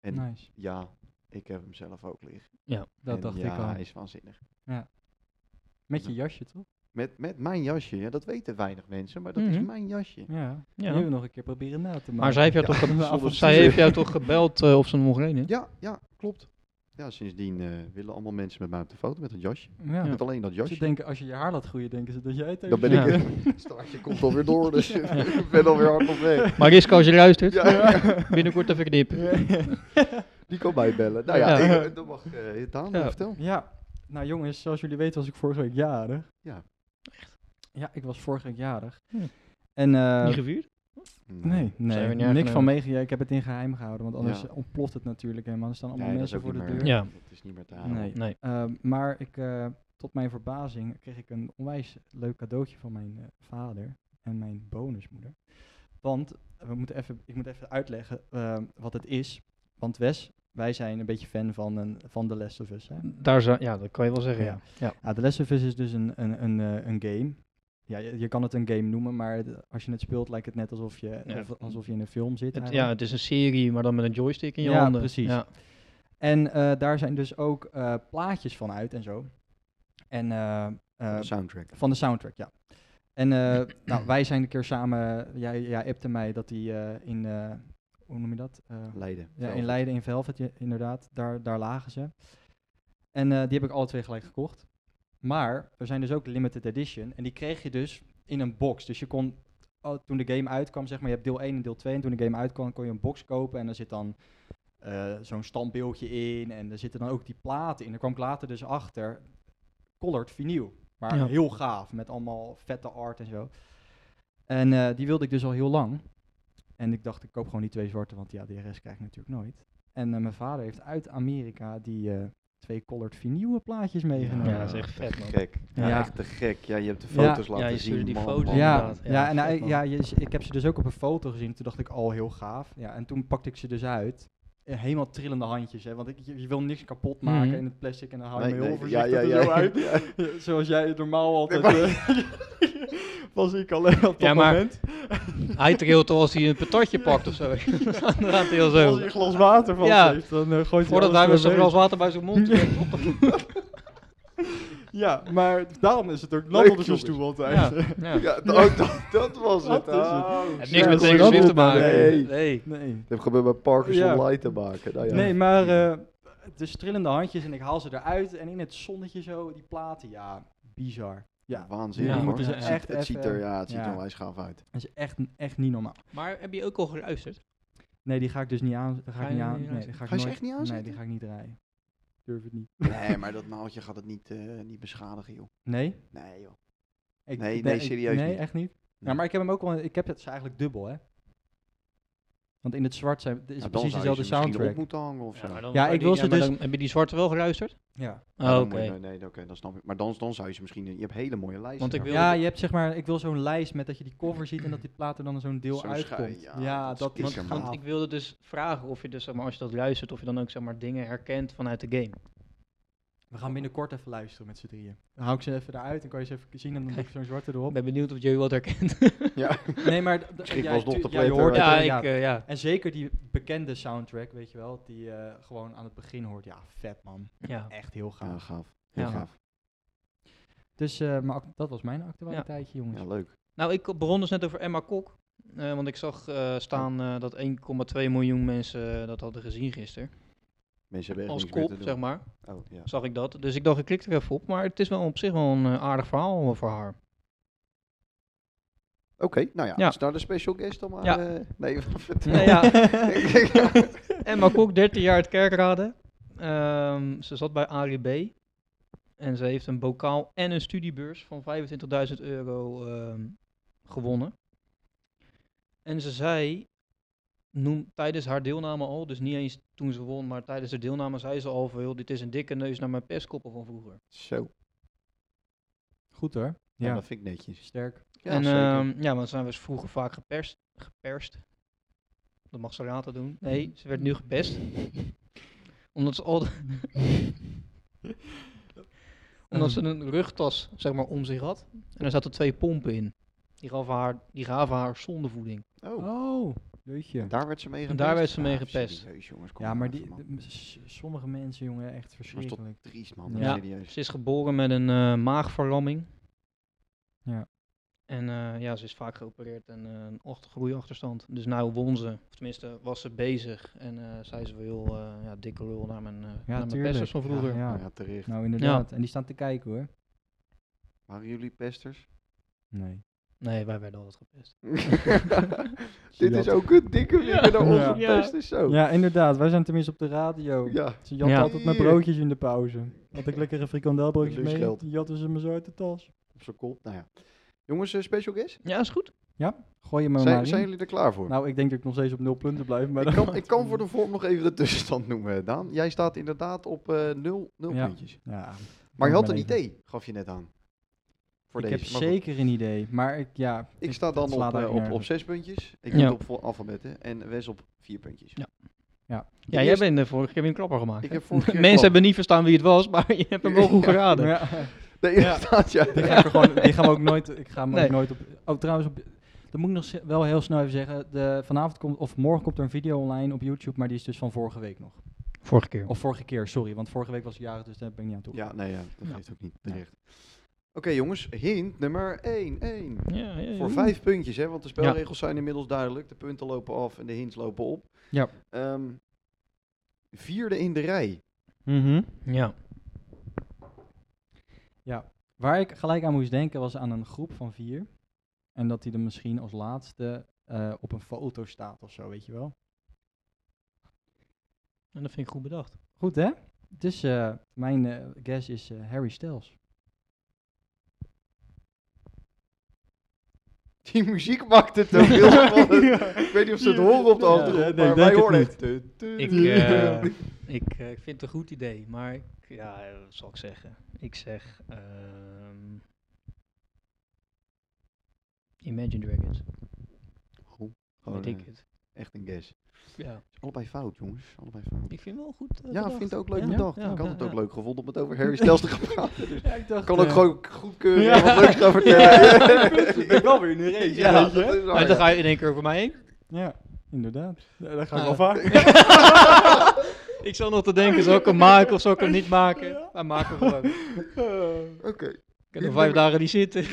En-
nice.
Ja, ik heb hem zelf ook liggen.
Dat
En
dacht
ja,
ik al.
hij is waanzinnig.
Met je jasje, toch?
Met, met mijn jasje, ja, dat weten weinig mensen, maar dat
Mhm.
is mijn jasje.
Ja. Die
Ja.
hebben we nog een keer proberen na te maken.
Maar zij heeft jou,
Ja,
toch, ge-
zonder
zij
toezicht.
heeft jou toch gebeld eh, of ze hem mocht lenen?
Ja, ja, klopt. Ja, sindsdien eh, willen allemaal mensen met mij op de foto met dat jasje.
Ja.
Met alleen dat
Ze
jasje.
denken, als je je haar laat groeien, denken ze dat jij het
Dan ben
Ja.
ik... het staartje komt alweer door, dus ik ben alweer hard op weg.
Mariska, als je luistert,
Ja,
binnenkort even knippen.
die kan mij bellen. Nou ja,
Ja.
ik- dan mag eh het aan,
Ja.
vertel.
Ja, nou jongens, zoals jullie weten was ik vorige week jarig.
Ja.
Echt? Ja, ik was vorige week jarig.
Hm.
En eh,
Niet gevierd?
nee, nee,
Zijn we niet
niks
aangenomen.
van meegegaan. Ik heb het in geheim gehouden, want anders
Ja.
ontploft het natuurlijk helemaal. Er staan allemaal
Nee, dat is
mensen
ook
voor
niet
de
meer.
deur.
Ja.
Dat is niet meer te halen.
Nee.
Nee.
Ehm, maar ik, eh, tot mijn verbazing kreeg ik een onwijs leuk cadeautje van mijn eh, vader en mijn bonusmoeder. Want eh, we moeten even, ik moet even uitleggen ehm, wat het is. Want Wes, wij zijn een beetje fan van, een, van The Last of Us. Hè?
Daar zou, ja, dat kan je wel zeggen. Ja.
Ja. Ja, The Last of Us is dus een, een, een, eh, een game. Ja, je, je kan het een game noemen, maar het- als je het speelt lijkt het net alsof je,
Ja.
of- alsof je in een film zit.
Het, ja,
eigenlijk.
het is een serie, maar dan met een joystick in je
Ja,
handen.
precies.
Ja,
En eh, daar zijn dus ook eh, plaatjes van uit en zo. En eh, eh,
De soundtrack.
van de soundtrack, ja. En eh, nou, wij zijn een keer samen, jij, jij appte mij dat hij eh, in, eh, hoe noem je dat? Eh,
Leiden.
Ja, in
Velvet.
Leiden, in Velvet, ja, inderdaad. Daar, daar lagen ze. En eh, die heb ik alle twee gelijk gekocht. Maar er zijn dus ook limited edition. En die kreeg je dus in een box. Dus je kon, oh, toen de game uitkwam, zeg maar, je hebt deel 1 en deel 2. En toen de game uitkwam, kon je een box kopen. En daar zit dan eh, zo'n standbeeldje in. En er zitten dan ook die platen in. Daar kwam ik later dus achter. Colored vinyl. Maar
Ja.
heel gaaf, met allemaal vette art en zo. En eh, die wilde ik dus al heel lang. En ik dacht, ik koop gewoon die twee zwarte, want ja, de rest krijg ik natuurlijk nooit. En eh, mijn vader heeft uit Amerika die eh, twee colored vinyl plaatjes meegenomen.
Ja, dat is echt vet, man.
Gek. Ja,
Ja.
echt te gek. Ja, je hebt de
Ja.
foto's
Ja,
laten
je
zien.
stuurde die
man,
foto's
man,
Ja,
man.
ja,
inderdaad. Ja,
en
vet,
hij-
man.
ja, je- ik heb ze dus ook op een foto gezien. Toen dacht ik, al heel gaaf. Ja, en toen pakte ik ze dus uit. Eh, Helemaal trillende handjes, hè, want ik, je, je wil niks kapot maken
Mhm.
in het plastic en dan haal je
Nee,
me
nee,
heel voorzichtig
ja,
er
ja,
zo
ja.
uit. Zoals jij het normaal altijd eh, was ik alleen op dat
Ja, maar-
moment.
Hij trilt al als hij een patatje pakt of zo. Dan gaat hij al
Als
zo.
je een glas water vast
Ja.
heeft, dan eh, gooit hij
Voordat
alles
hij met zo'n
doorheen.
glas water bij zijn mond trekt. Op de
Ja, maar daarom is het ook
Leuk,
landenbezoes
jongens.
toe altijd.
ja, ja.
Ja, dat, dat, dat was
Dat
het.
is het.
Oh,
Het heeft
shit.
niks met
dat
Taylor Swift te
klopt,
maken.
nee.
nee.
Nee.
Het heeft gewoon met Parkinson
Ja.
Light te maken. Nou, ja.
Nee, maar eh dus trillende handjes en ik haal ze eruit en in het zonnetje zo, die platen, ja, bizar. Ja,
Waanzinnig
Ja,
hoor.
moeten ze
het,
echt
ziet, het ziet er,
even-
ja, het ziet
ja.
er onwijs gaaf uit.
dat is echt, echt niet normaal.
Maar heb je ook al geluisterd?
Nee, die ga ik dus niet aan. Ga ik
je
niet
die
aan. Nee,
niet
die
aanzetten?
ga ik
Ga je ze
nooit,
echt niet
Nee,
aanzetten?
die ga ik niet draaien. Durf het niet.
Nee, maar dat naaltje gaat het niet, eh, niet beschadigen, joh.
Nee?
Nee, joh.
Ik,
Nee,
ik-
nee,
ik-
serieus
Nee,
niet.
echt niet.
Nee.
Ja, maar ik heb hem ook wel. Ik heb het ze eigenlijk dubbel, hè? Want in het zwart zijn, is
Nou,
het
dan zou je
precies
ze
dezelfde
misschien
soundtrack.
op moeten hangen of zo. Ja,
Ja, ik wil ze dus-
heb je die zwarte wel geluisterd?
Ja.
dan
oké.
moet je- Nee, oké, dan snap ik. Maar dan, dan zou je ze misschien... Je hebt hele mooie lijsten.
Want ik
daar.
wil-
ja, je hebt zeg maar. Ik wil zo'n lijst met dat je die cover ziet en dat die plaat er dan zo'n deel
Zo'n
uitkomt.
schij- ja,
Ja,
dat
dat
is
is
er, man.
gaaf.
Want ik wilde dus vragen of je dus, zeg maar, als je dat luistert, of je dan ook zeg maar, dingen herkent vanuit de game.
We gaan binnenkort even luisteren met z'n drieën. Dan hou ik ze even eruit en kan je ze even zien en dan doe ik zo'n zwarte
Ik
erop.
ben benieuwd of Joey wat herkent.
Ja,
Nee, maar. d- d-
Misschien
ja,
was nog
tu-
de
ja, je
platter,
hoort
weet
het, hè,
ja, ik,
ja.
eh, ja.
En zeker die bekende soundtrack, weet je wel, die eh, gewoon aan het begin hoort. Ja, vet man.
ja.
Echt heel
ja,
gaaf.
gaaf. Heel
Ja.
gaaf.
Dus eh, maar act- dat was mijn actualiteitje, jongens.
Ja, leuk.
Nou, ik begon dus net over Emma Kok. eh, want ik zag eh, staan eh, dat 1,2 miljoen mensen eh, dat hadden gezien gisteren.
Mensen hebben echt
Als
niks meer
kop,
te doen.
zeg maar.
Oh, ja.
Zag ik dat. Dus ik dacht, ik klik er even op. Maar het is wel op zich wel een eh, aardig verhaal eh, voor haar.
Oké, nou ja,
Ja.
is daar de special guest dan maar?
Ja.
eh, nee, wat
Nee, ja. Emma Kok, 13 jaar uit Kerkrade. Ehm, ze zat bij ARB. En ze heeft een bokaal en een studiebeurs van 25.000 euro ehm, gewonnen. En ze zei, noem, tijdens haar deelname al, dus niet eens toen ze won, maar tijdens de deelname zei ze al veel, dit is een dikke neus naar mijn perskoppen van vroeger.
Zo,
Goed hoor.
ja.
Ja,
dat vind ik netjes.
sterk.
Ja,
en
zeker.
ehm, ja, want ze zijn dus vroeger vaak geperst. geperst. Dat mag ze later doen. Nee, ze werd nu gepest. Omdat ze al. Omdat ze een rugtas zeg maar, om zich had. En er zaten twee pompen in. Die gaven haar, die gaven haar zondevoeding.
oh,
Oh, jeetje.
en daar werd ze mee
En
gepest?
daar werd ze mee
Ah,
gepest.
Serieus, jongens. kom
Ja, maar
op,
die,
man.
de- s- sommige mensen, jongen, echt verschrikkelijk.
Triest, man.
Ja.
Serieus.
Ze is geboren met een eh, maagverlamming.
Ja.
En eh, ja, ze is vaak geopereerd en eh, een achter- groeiachterstand. Dus nou won ze, of tenminste was ze bezig. En eh, zei ze van, joh, eh, ja, dikke lul naar mijn, eh naar mijn pesters van vroeger.
Ja, ja.
Ja, terecht.
Nou, inderdaad. En die staan te kijken hoor.
Waren jullie pesters?
Nee.
Nee, wij werden altijd gepest.
Dit is ook een dikke vinger naar onze
Ja.
Ja.
pesters, zo.
Ja, inderdaad. Wij zijn tenminste op de radio.
Ja.
Ze jatten
Ja.
altijd mijn broodjes in de pauze. Had ik lekkere frikandelbroodjes
Dat is
mee,
geld.
die jatten ze me zo uit de tas.
op zijn kop. Nou ja. Jongens, eh, special guest?
Ja, is goed.
Gooi je me maar
Zijn,
in.
zijn jullie er klaar voor?
Nou, eh, ik denk dat ik nog steeds op nul punten blijf. Maar
ik,
dan-
kan, ik kan voor de vorm nog even de tussenstand noemen, Daan. Jij staat inderdaad op eh nul, nul
Ja.
puntjes.
Ja,
Maar je
ik
had
ben
een
even-
idee, gaf je net aan. Voor
ik
deze.
heb
maar goed.
zeker een idee, maar ik, ja...
Ik sta
het
dan
slaat
op, eh,
eigenlijk
op,
nergens
op zes puntjes. Ik
Ja.
ben op vol alfabetten. En Wes op vier puntjes.
Ja.
Ja.
De
Ja, jij
eerste-
bent de vorige keer weer een klapper gemaakt.
Ik
hè?
heb vorige keer
Mensen
geklapt.
hebben niet verstaan wie het was, maar je hebt hem wel goed geraden.
Ja.
De eerste
Ja.
staat jij.
Die, ga ik er gewoon, die gaan we ook nooit. Ik ga me
Nee.
ook nooit op. Oh, trouwens, op, dat moet ik nog ze- wel heel snel even zeggen. De, vanavond komt, of morgen komt er een video online op YouTube, maar die is dus van vorige week nog.
Vorige keer.
Of vorige keer, sorry, want vorige week was het jaren, dus daar ben ik niet aan toe.
Ja, nee, ja, dat
Ja.
geeft ook niet terecht. Oké jongens, hint nummer 1. 1.
Ja, ja,
Voor
ja.
vijf puntjes, hè, want de spelregels zijn inmiddels duidelijk. De punten lopen af en de hints lopen op.
Ja.
Ehm, vierde in de rij.
Ja.
Waar ik gelijk aan moest denken was aan een groep van vier. En dat die er misschien als laatste eh, op een foto staat of zo, weet je wel.
En dat vind ik goed bedacht.
Goed hè? Dus eh, mijn eh, guess is eh, Harry Styles.
Die muziek maakt het ook heel spannend. Ik weet niet of ze het horen op de
Ja,
achtergrond,
nee,
maar
ik
wij
denk het
horen
niet.
het. Tu, tu,
Ik,
tu.
eh, ik eh, vind het een goed idee, maar ik, ja, eh, wat zal ik zeggen? Ik zeg ehm, Imagine Dragons.
Goed.
Oh,
Gewoon,
weet ik
eh,
het.
Echt een guess.
Ja,
Allebei fout, jongens. Allebei fout.
ik vind het wel goed. eh,
Ja, ik
bedacht.
vind het ook leuk
Ja,
bedacht.
ja,
ik had
ja,
het
ja.
ook leuk gevonden om het over Harry Styles te gaan praten. Dus
Ja, ik dacht,
ik kan ook
eh,
gewoon goedkeuren
Ja.
en wat leuks gaan vertellen.
Ja, eh, ik ben wel weer in de race.
Ja,
Ja,
dat is waar,
Maar dan
ja.
ga je in één keer over mij heen.
ja inderdaad. Ja, dat ga ik
Ah.
wel vaak.
Ik zat nog te denken, zal ik hem maken of zal ik hem niet maken? Maar maak hem gewoon. Ik
Oké.
kan er vijf dagen niet zitten.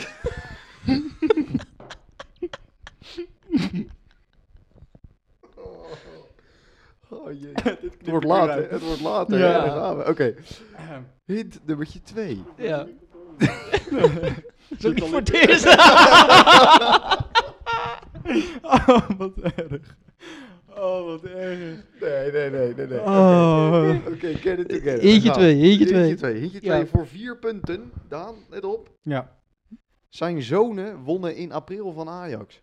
Oh, jee.
Dit
Het wordt later. Het wordt later. Ja.
Ja. Ehm.
daar gaan we. Oké. Hint nummertje 2.
Ja. Zal ik het voor het eerst?
Oh, wat erg. Oh, wat erg.
Nee, nee, nee, nee. nee.
Oh.
Oké, get it together.
Eentje
Daar gaan
twee,
we.
eentje twee.
Eentje twee, eentje
Ja.
twee voor vier punten. Daan, let op.
Ja,
Zijn zonen wonnen in april van Ajax.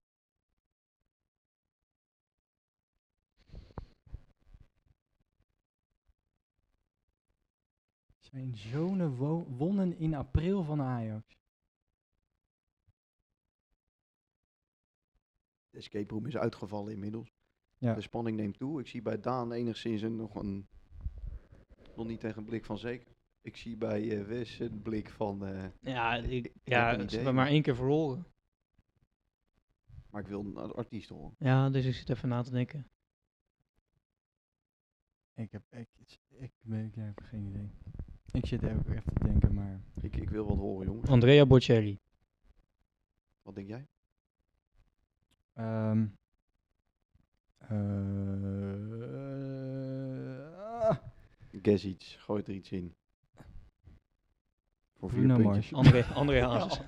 zijn zonen wo- wonnen in april van Ajax.
De escape room is uitgevallen inmiddels.
Ja.
De spanning neemt toe. Ik zie bij Daan enigszins een, nog een... Nog niet tegen een blik van zeker. Ik zie bij eh, Wes een blik van... eh,
Ja, ik,
Ik
ja
heb een
ze
idee,
hebben
maar-
maar één keer verloren.
maar ik wil een artiest horen.
Ja, dus ik zit even na te denken.
Ik heb, ik, ik, ik heb geen idee. Ik zit er ook echt te denken, maar...
Ik, ik wil wat horen, jongens.
Andrea Bocelli.
Wat denk jij?
Ehm eh, ah,
Guess iets. Gooi er iets in. Voor vier
Bruno
puntjes.
Mars.
André, André Hazes.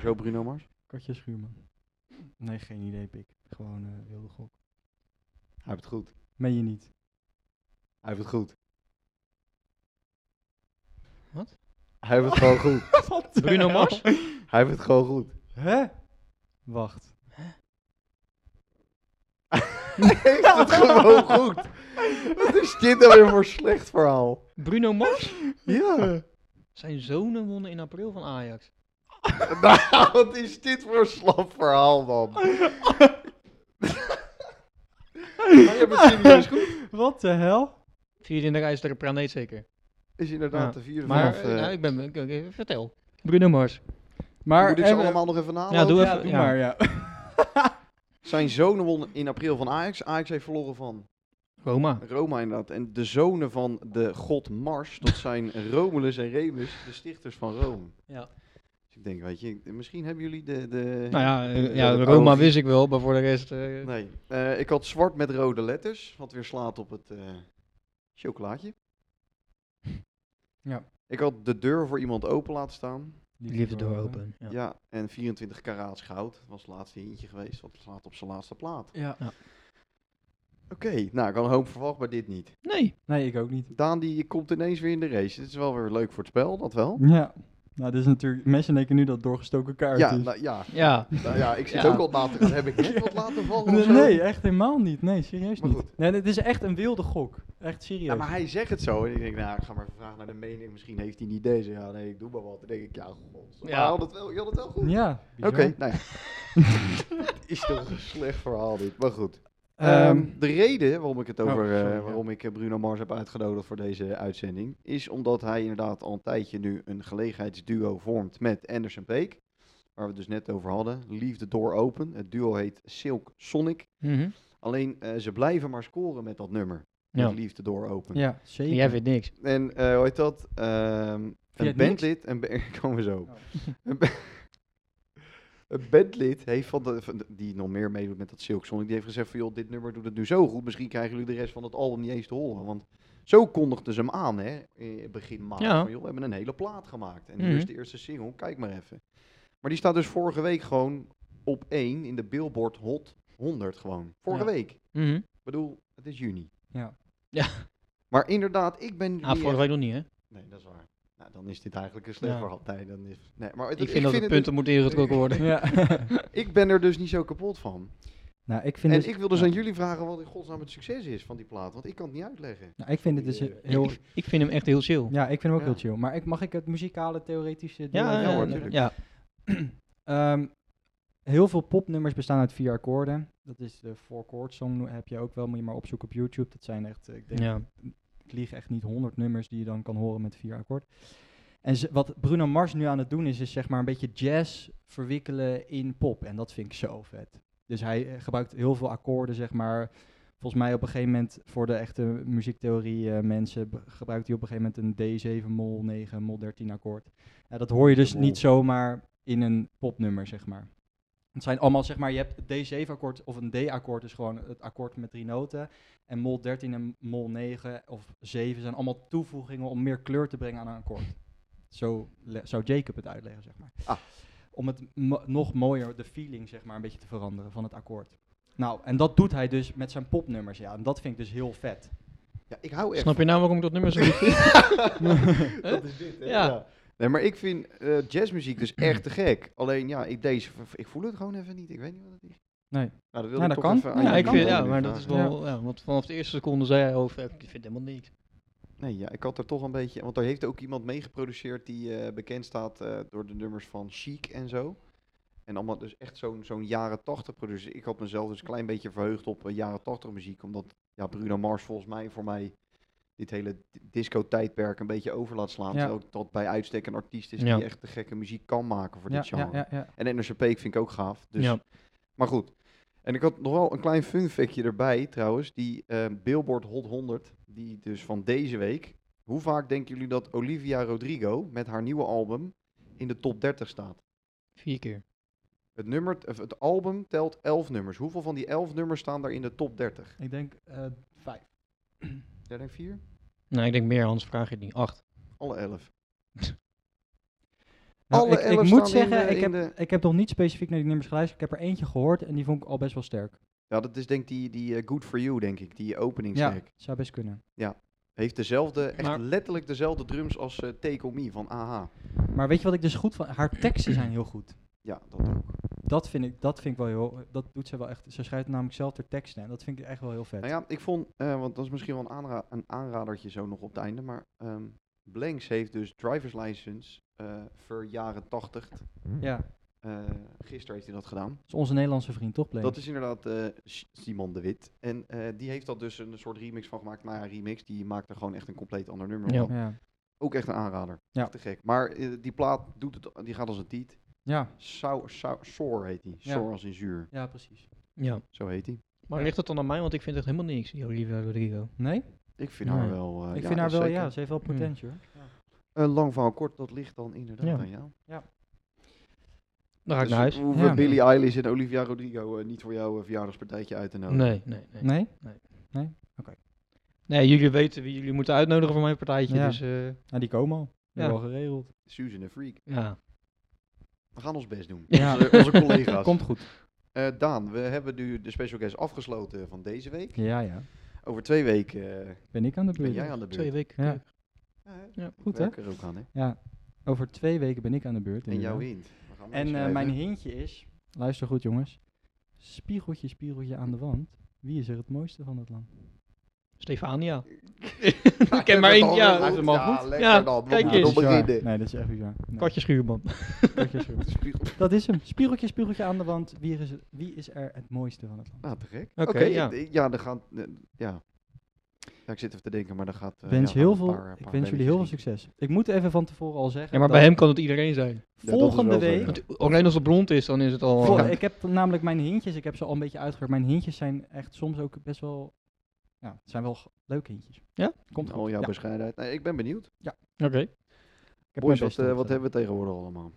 Zo Bruno Mars?
Katja Schuurman. Nee, geen idee, pik. Gewoon eh wilde gok.
Hij heeft het goed.
Meen je niet?
Hij heeft het goed.
Wat?
Hij heeft het gewoon goed.
Bruno Mars?
Hij heeft het gewoon goed.
Hè? Wacht.
Hij heeft het gewoon goed. Wat is dit nou weer voor slecht verhaal?
Bruno Mars?
Ja.
Zijn zonen wonnen in april van Ajax.
Nou, wat is dit voor een slap verhaal, man? Maar je hebt het serieus goed.
Wat de hel?
Vierde in de rij is er een planeet zeker.
Is inderdaad
Ja,
de vierde
Maar
vanaf...
eh,
eh,
nou, ik ben, ik- ik- vertel. Bruno Mars.
Maar
moet ik ze
eh,
allemaal nog even nalopen?
Ja, doe
ja,
even.
doe
ja.
maar, ja.
Zijn zonen won in april van Ajax. Ajax heeft verloren van
Roma.
Roma inderdaad. En de zonen van de god Mars, dat zijn Romulus en Remus, de stichters van Rome.
Ja.
Dus ik denk, weet je, misschien hebben jullie de... de...
Nou ja, eh,
Ja,
ja
dat
Roma
oude-
wist ik wel, maar voor de rest... eh,
Nee, eh, ik had zwart met rode letters, wat weer slaat op het eh, chocolaatje.
Ja.
Ik had de deur voor iemand open laten staan.
Liefde door open. Ja.
Ja. en 24 karaats goud. Dat was het laatste hintje geweest, wat slaat op zijn laatste plaat.
Ja.
Oké, nou, ik had een hoop verwacht, maar dit niet.
Nee.
Nee, ik ook niet.
Daan, die komt ineens weer in de race. Dit is wel weer leuk voor het spel, dat wel.
Ja. Nou, dit is natuurlijk... Mensen denken nu dat het doorgestoken kaart dus.
Ja,
is.
nou, ja,
Ja.
nou ja, ik zit
Ja.
ook al na te gaan. Heb ik net wat laten vallen of
Nee,
zo?
nee, echt helemaal niet. Nee, serieus
Maar
niet.
goed.
Nee, dit is echt een wilde gok. Echt serieus.
Ja, maar hij zegt het zo. En ik denk, nou, ik ga maar even vragen naar de mening. Misschien heeft hij niet deze. Ja, nee, ik doe maar wat. Dan denk ik, ja, god. Ja.
Ja.
Maar hij had het wel, je had het wel goed.
Ja,
Oké,
bizar.
nou ja. is toch een slecht verhaal dit, maar goed.
Ehm, oh,
Ehm, de reden waarom ik het over,
sorry,
eh,
ja.
waarom ik eh, Bruno Mars heb uitgenodigd voor deze uitzending, is omdat hij inderdaad al een tijdje nu een gelegenheidsduo vormt met Anderson Peek, waar we het dus net over hadden. Leave the door open. Het duo heet Silk Sonic.
Mhm.
Alleen eh, ze blijven maar scoren met dat nummer.
Ja.
Met Leave the door open.
ja, zeker.
Jij vindt niks.
En eh hoe heet dat? Ehm een
het niks?
bandlid, een, ba- komen we zo.
Oh.
een, ba- een bandlid heeft van de, van de- die nog meer meedoet met dat Silk Sonic, die heeft gezegd van joh, dit nummer doet het nu zo goed, misschien krijgen jullie de rest van het album niet eens te horen. Want zo kondigden ze hem aan, hè, eh, begin maart.
Ja.
Van joh, we hebben een hele plaat gemaakt. En
Mhm.
hier is de eerste single, kijk maar even. Maar die staat dus vorige week gewoon op één in de Billboard Hot 100 gewoon. Vorige
Ja.
week.
Mhm.
Ik bedoel, het is juni.
Ja.
Ja.
Maar inderdaad, ik ben...
Ah,
niet
vorige
echt-
eh, week nog niet, hè?
Nee, dat is waar. Nou, dan is dit eigenlijk een slecht
Ja.
verhaal. Nee, dan is... nee, maar het-
Ik vind dat het punten moet ingetrokken worden.
ik ben er dus niet zo kapot van.
nou, ik vind
En
dus-
ik wil dus
ja.
aan jullie vragen wat in godsnaam het succes is van die plaat. Want ik kan het niet uitleggen.
Nou, ik vind het dus
Eh, Ik-
heel...
Ik, ik vind hem echt heel chill.
Ja, ik vind hem ook
Ja.
heel chill. Maar ik, mag ik het muzikale theoretische deel
Ja,
even
ja,
doen?
hoor,
ja,
tuurlijk.
ja.
Ehm, heel veel popnummers bestaan uit vier akkoorden. Dat is de four chord song, heb je ook wel. Moet je maar opzoeken op YouTube. Dat zijn echt, eh, ik denk,
Ja.
ik lieg echt niet honderd nummers die je dan kan horen met vier akkoord. En ze- wat Bruno Mars nu aan het doen is, is zeg maar een beetje jazz verwikkelen in pop. En dat vind ik zo vet. Dus hij eh, gebruikt heel veel akkoorden, zeg maar. Volgens mij op een gegeven moment, voor de echte muziektheorie eh, mensen, be- gebruikt hij op een gegeven moment een D7, mol 9, mol 13 akkoord. Ja, dat hoor je dus
Mol.
niet zomaar in een popnummer, zeg maar. Het zijn allemaal, zeg maar, je hebt het D7-akkoord of een D-akkoord, dus gewoon het akkoord met drie noten. En mol 13 en mol 9 of 7 zijn allemaal toevoegingen om meer kleur te brengen aan een akkoord. Zo le- zou Jacob het uitleggen, zeg maar.
Ah.
Om het mo- nog mooier, de feeling, zeg maar, een beetje te veranderen van het akkoord. Nou, en dat doet hij dus met zijn popnummers, ja. En dat vind ik dus heel vet.
Ja, ik hou echt
Snap je nou waarom ik dat nummer zo goed vind?
dat is dit, hè?
Ja.
Nee, maar ik vind eh, jazzmuziek dus echt te gek. Alleen ja, ik, deze, ik voel het gewoon even niet. Ik weet niet wat het is.
Nee.
Nou, dat wil
Ja,
ik
dat
toch
kan.
even aan
Ja,
jullie
ik vind, ja,
antwoord
maar
vragen.
dat is wel... Ja, want vanaf de eerste seconde zei hij over, ik vind helemaal niks.
Nee, ja, ik had er toch een beetje... Want daar heeft ook iemand mee geproduceerd die eh, bekend staat eh, door de nummers van Chic en zo. En allemaal dus echt zo'n zo'n jaren tachtig producer. Ik had mezelf dus een klein beetje verheugd op eh, jaren tachtig muziek. Omdat ja, Bruno Mars volgens mij voor mij dit hele di- disco-tijdperk een beetje over laat slaan.
Ja.
Terwijl dat bij uitstek een artiest is
Ja.
die echt de gekke muziek kan maken voor
ja,
dit genre.
ja, ja, ja.
En NRCP vind ik ook gaaf. Dus,
Ja.
Maar goed. En ik had nog wel een klein fun factje erbij trouwens. Die eh, Billboard Hot 100, die dus van deze week. Hoe vaak denken jullie dat Olivia Rodrigo met haar nieuwe album in de top 30 staat?
Vier keer.
Het, nummer, of het album telt 11 nummers. Hoeveel van die 11 nummers staan daar in de top 30?
Ik denk eh, vijf.
Jij denkt 4?
Nou, ik denk meer, anders vraag je het niet. Acht.
Alle 11.
Nou,
Alle
ik, ik
elf staan
moet
in
zeggen,
de-
ik,
in
heb, ik heb nog niet specifiek naar die nummers geluisterd. Ik heb er eentje gehoord en die vond ik al best wel sterk.
Ja, dat is denk ik die, die eh, Good For You, denk ik. Die
Ja,
openingstrack.
zou best kunnen.
Heeft dezelfde, echt
Maar-
letterlijk dezelfde drums als eh, Take On Me van AH.
Maar weet je wat ik dus goed van... Haar teksten zijn heel goed.
Ja, dat ook.
Dat vind ik, dat vind ik wel heel... Dat doet ze wel echt... Ze schrijft namelijk zelf haar teksten en dat vind ik echt wel heel vet.
Nou ja, ik vond, eh, want dat is misschien wel een, aanra een aanradertje zo nog op het einde, maar ehm, Blanks heeft dus driver's license eh ver jaren 80.
Ja,
Eh, gisteren heeft hij dat gedaan.
dat is onze Nederlandse vriend, toch, Blaine?
Dat is inderdaad eh, S- Simon de Wit. En eh, die heeft dat dus een soort remix van gemaakt. Nou ja, remix, die maakt er gewoon echt een compleet ander nummer
Ja.
van.
Ja.
Ook echt een aanrader.
Ja.
Echt te gek. Maar eh, die plaat doet het, die gaat als een tiet.
Ja.
Sau- sau- Soar heet die.
Ja.
Soar als in zuur.
ja, precies.
Ja.
Zo heet die.
Maar ligt dat dan aan mij? Want ik vind echt helemaal niks, die Olivia Rodrigo.
Nee?
Ik vind
Nee.
haar wel... eh,
ik
Nou ja,
vind haar wel,
zeker.
ja, ze heeft wel potentie, hoor.
Een lang verhaal kort, dat ligt dan inderdaad
Ja.
aan jou.
Dan ga ik
Dus
naar huis.
we hoeven
Ja.
Billie Eilish en Olivia Rodrigo eh, niet voor jouw eh, verjaardagspartijtje uit te nodigen.
Nee, nee, nee.
Nee?
Nee, jullie weten wie jullie moeten uitnodigen voor mijn partijtje.
Ja.
Dus eh,
Nou, die komen al. Die
Ja.
hebben al geregeld.
Susan en Freak.
ja.
We gaan ons best doen.
Ja.
Onze, onze collega's.
Komt goed.
Eh, Daan, we hebben nu de special guest afgesloten van deze week.
Ja, ja.
Over twee weken eh,
Ben ik aan de beurt.
ben jij aan de beurt.
Twee weken.
Ja.
Ja, hè?
Ja,
Ik
goed,
werk er ook aan, hè?
Ja. Over twee weken ben ik aan de beurt.
En jouw
inderdaad.
hint. We gaan
En eh,
meeschrijven.
mijn hintje is... Luister goed, jongens. Spiegeltje, spiegeltje aan de wand. Wie is er het mooiste van het land?
Ja,
Stefania. ik ken maar één.
dan
Ja,
is het
hem al
Ja,
goed.
lekker
Ja,
dan. We
kijk
moeten
eens.
nog
Bizar.
beginnen.
Nee, Nou, dat is echt bizar. Nee,
Katje Schuurman.
katje is goed.
De spiegel.
Dat is hem. Spiegeltje, spiegeltje aan de wand. Wie is, er, wie is er het mooiste van het land?
Nou, te gek.
Oké, ja.
eh, ja, dan gaan... eh, ja. ja, ik zit even te denken, maar dan gaat... eh,
Ik wens,
ja, gaan
heel
een
veel,
paar-
ik
paar
wens jullie
belletjes
heel veel succes. Ik moet even van tevoren al zeggen...
Ja, maar
dat
bij hem kan het iedereen zijn.
Ja, dat is
Volgende
wel zo,
week...
ja.
Want alleen als het blond is, dan is het al...
Vol-
eh,
ik heb namelijk mijn hintjes, ik heb ze al een beetje uitgewerkt. Mijn hintjes zijn echt soms ook best wel, ja, het zijn wel g- leuke hintjes.
Ja?
Komt
Al
goed.
jouw
Ja,
bescheidenheid. Nee, ik ben benieuwd.
Oké.
ik heb mijn
Boys, wat,
best
eh,
erop
wat
gedaan.
hebben we tegenwoordig allemaal?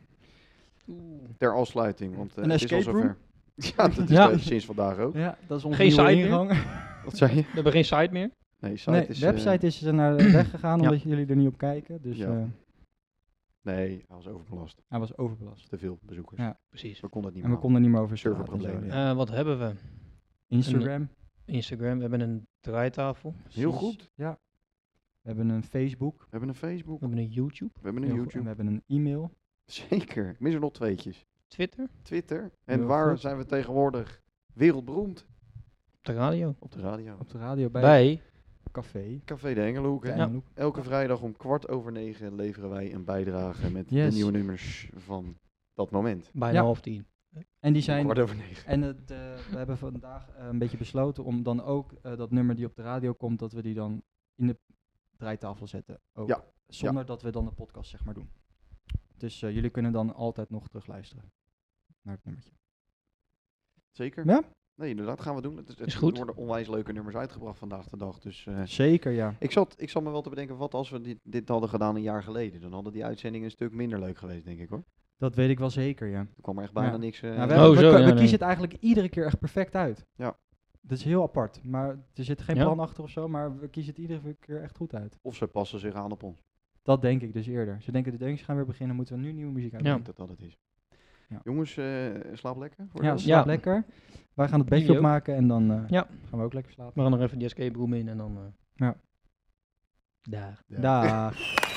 Ter afsluiting, want eh,
Een
het is al
escape room?
zover. Ja, dat is
Ja.
eh, sinds vandaag ook.
Ja, dat is onze
Geen
nieuwe
site meer?
ingang.
Wat zei je?
We hebben geen site meer.
Nee, site
Nee,
is...
de
eh,
website is er naar de weg gegaan
Ja.
omdat jullie er niet op kijken. Dus
Ja.
eh,
nee, hij was overbelast.
hij was overbelast.
Te veel bezoekers.
Ja.
Precies.
We konden het niet
En we
meer
konden niet meer over
Serverproblemen.
praten en zo, ja.
Eh, wat hebben we? eh,
Instagram.
Instagram. We hebben een draaitafel.
halen. Heel
precies.
goed.
Ja. We hebben een Facebook.
We hebben een Facebook,
We hebben een YouTube,
we hebben een
heel goed, En we
YouTube.
hebben een e-mail.
Zeker. Ik mis er nog tweetjes.
Twitter,
Twitter. En
Heel
waar
goed.
zijn we tegenwoordig wereldberoemd?
op de radio.
Op de radio.
Op de radio bij,
Bij
Café.
Café de Engelhoek. hè?
Ja. Engelhoek.
Elke vrijdag om kwart over negen leveren wij een bijdrage met
Yes.
de nieuwe nummers van dat moment.
bijna
Ja.
half tien.
En die zijn...
Kwart over negen.
En het, eh, we hebben vandaag eh, een beetje besloten om dan ook eh, dat nummer die op de radio komt, dat we die dan in de draaitafel zetten. Ook.
Ja,
Zonder dat we dan de podcast zeg maar doen. Dus eh, jullie kunnen dan altijd nog terugluisteren naar het nummertje.
Zeker?
Ja.
Nee, inderdaad gaan we doen. Het, is- het
Is goed.
worden onwijs leuke nummers uitgebracht vandaag de dag. Dus eh,
Zeker, ja.
ik, zat, ik zat me wel te bedenken, wat als we dit, dit hadden gedaan een jaar geleden? Dan hadden die uitzendingen een stuk minder leuk geweest, denk ik hoor.
Dat weet ik wel zeker, ja.
Er kwam er echt bijna
Ja.
niks. eh,
Nou, we
Oh,
hebben- we,
zo,
ko-
ja,
we
nee.
kiezen het eigenlijk iedere keer echt perfect uit.
Ja.
Dat is heel apart, maar er zit geen
Ja.
plan achter of zo, maar we kiezen het iedere keer echt goed uit.
Of ze passen zich aan op ons.
Dat denk ik dus eerder. Ze denken, de Dunks gaan weer beginnen, moeten we nu nieuwe muziek
Ik
uitbrengen.
denk dat dat het is.
Ja.
Jongens, eh, slaap lekker. voor
Ja,
jou.
slaap
Ja.
lekker. Wij gaan het bedje
Jullie ook.
opmaken en dan eh,
Ja.
gaan we ook lekker slapen.
We gaan nog even die escape room in en dan... eh,
Ja.
Daar.
Ja.
Daag.